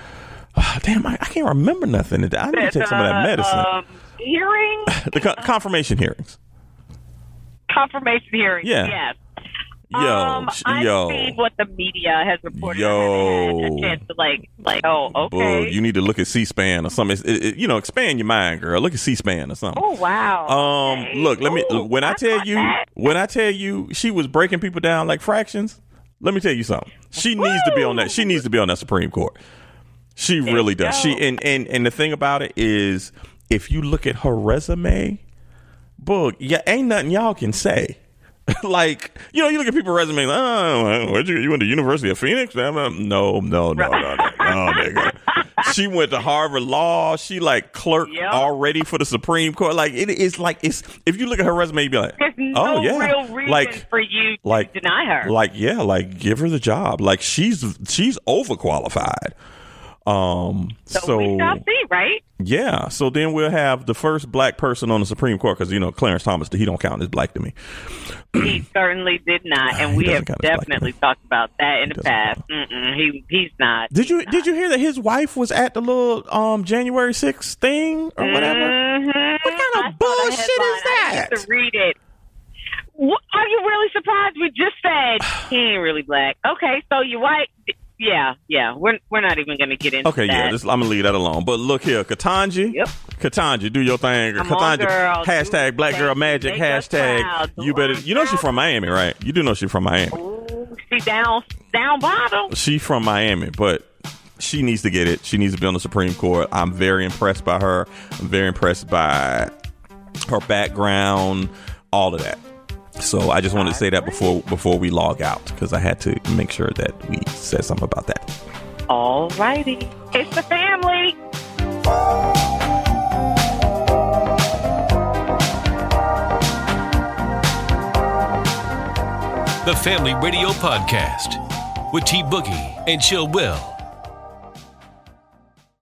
[SIGHS] Damn, I, I can't remember nothing. I need to take some of that
Uh,
medicine
Um, hearing
the
Uh-huh.
co- confirmation hearings.
confirmation hearing.
Yeah.
Yes.
Yo,
um,
sh-
I've
yo,
seen what the media has reported.
Yo.
I haven't had a chance to like, like, oh, okay.
Bull, you need to look at C-SPAN or something. It's- It, it, you know, expand your mind, girl. Look at C-SPan or something.
oh wow.
Um,
Okay.
look, let me.
Ooh,
When I tell
caught
you,
that.
when I tell you, she was breaking people down like fractions. Let me tell you something. She needs to be on that. She needs to be on that Supreme Court. She really does.
go.
She and and and the thing about it is, if you look at her resume, book, yeah, ain't nothing y'all can say. [LAUGHS] like you know, you look at people's resumes. Like, oh, where'd you you went to University of Phoenix? No, no, no, no, no, no, no, nigga. She went to Harvard Law. She like clerk
Yep.
already for the Supreme Court. Like it is like it's if you look at her resume, you'd be like,
there's no
oh yeah,
real reason
like
for you to
like
deny her.
Like yeah, like give her the job. Like she's she's overqualified. Um, so,
So, we shall see,
[CLEARS THROAT]
right?
yeah, so then we'll have the first black person on the Supreme Court because you know Clarence Thomas he don't count as black to me.
He certainly did not,
He
and we
doesn't
have
count as black,
definitely
no.
talked about that in the
doesn't
past. Mm-mm, he he's not.
Did you did you hear that his wife was at the little um January 6th thing or whatever?
Mhm.
What kind of
I saw the
bullshit is
headline. I
that?
need to read it. What, are you really surprised? We just
[SIGHS]
said he ain't really black. Okay, so you white. Yeah, yeah. We're we're not even going to get into
Okay,
that.
yeah, this, I'm gonna leave that alone. But look here, Katanji,
Yep.
Katanji, do your thing.
Come on,
Katanji,
girl.
hashtag
Do
Black
your
Girl
thing.
Magic,
Make us
hashtag.
proud. Do
You better,
us
you know she's
proud.
from Miami, right? You do know she's from Miami.
Ooh, she down down bottom.
She from Miami, but she needs to get it. She needs to be on the Supreme Court. I'm very impressed by her. I'm very impressed by her background, all of that. So I just wanted to say that before before we log out because I had to make sure that we said something about that.
All righty, it's the family.
The Family Radio Podcast with T Boogie and Chill Will.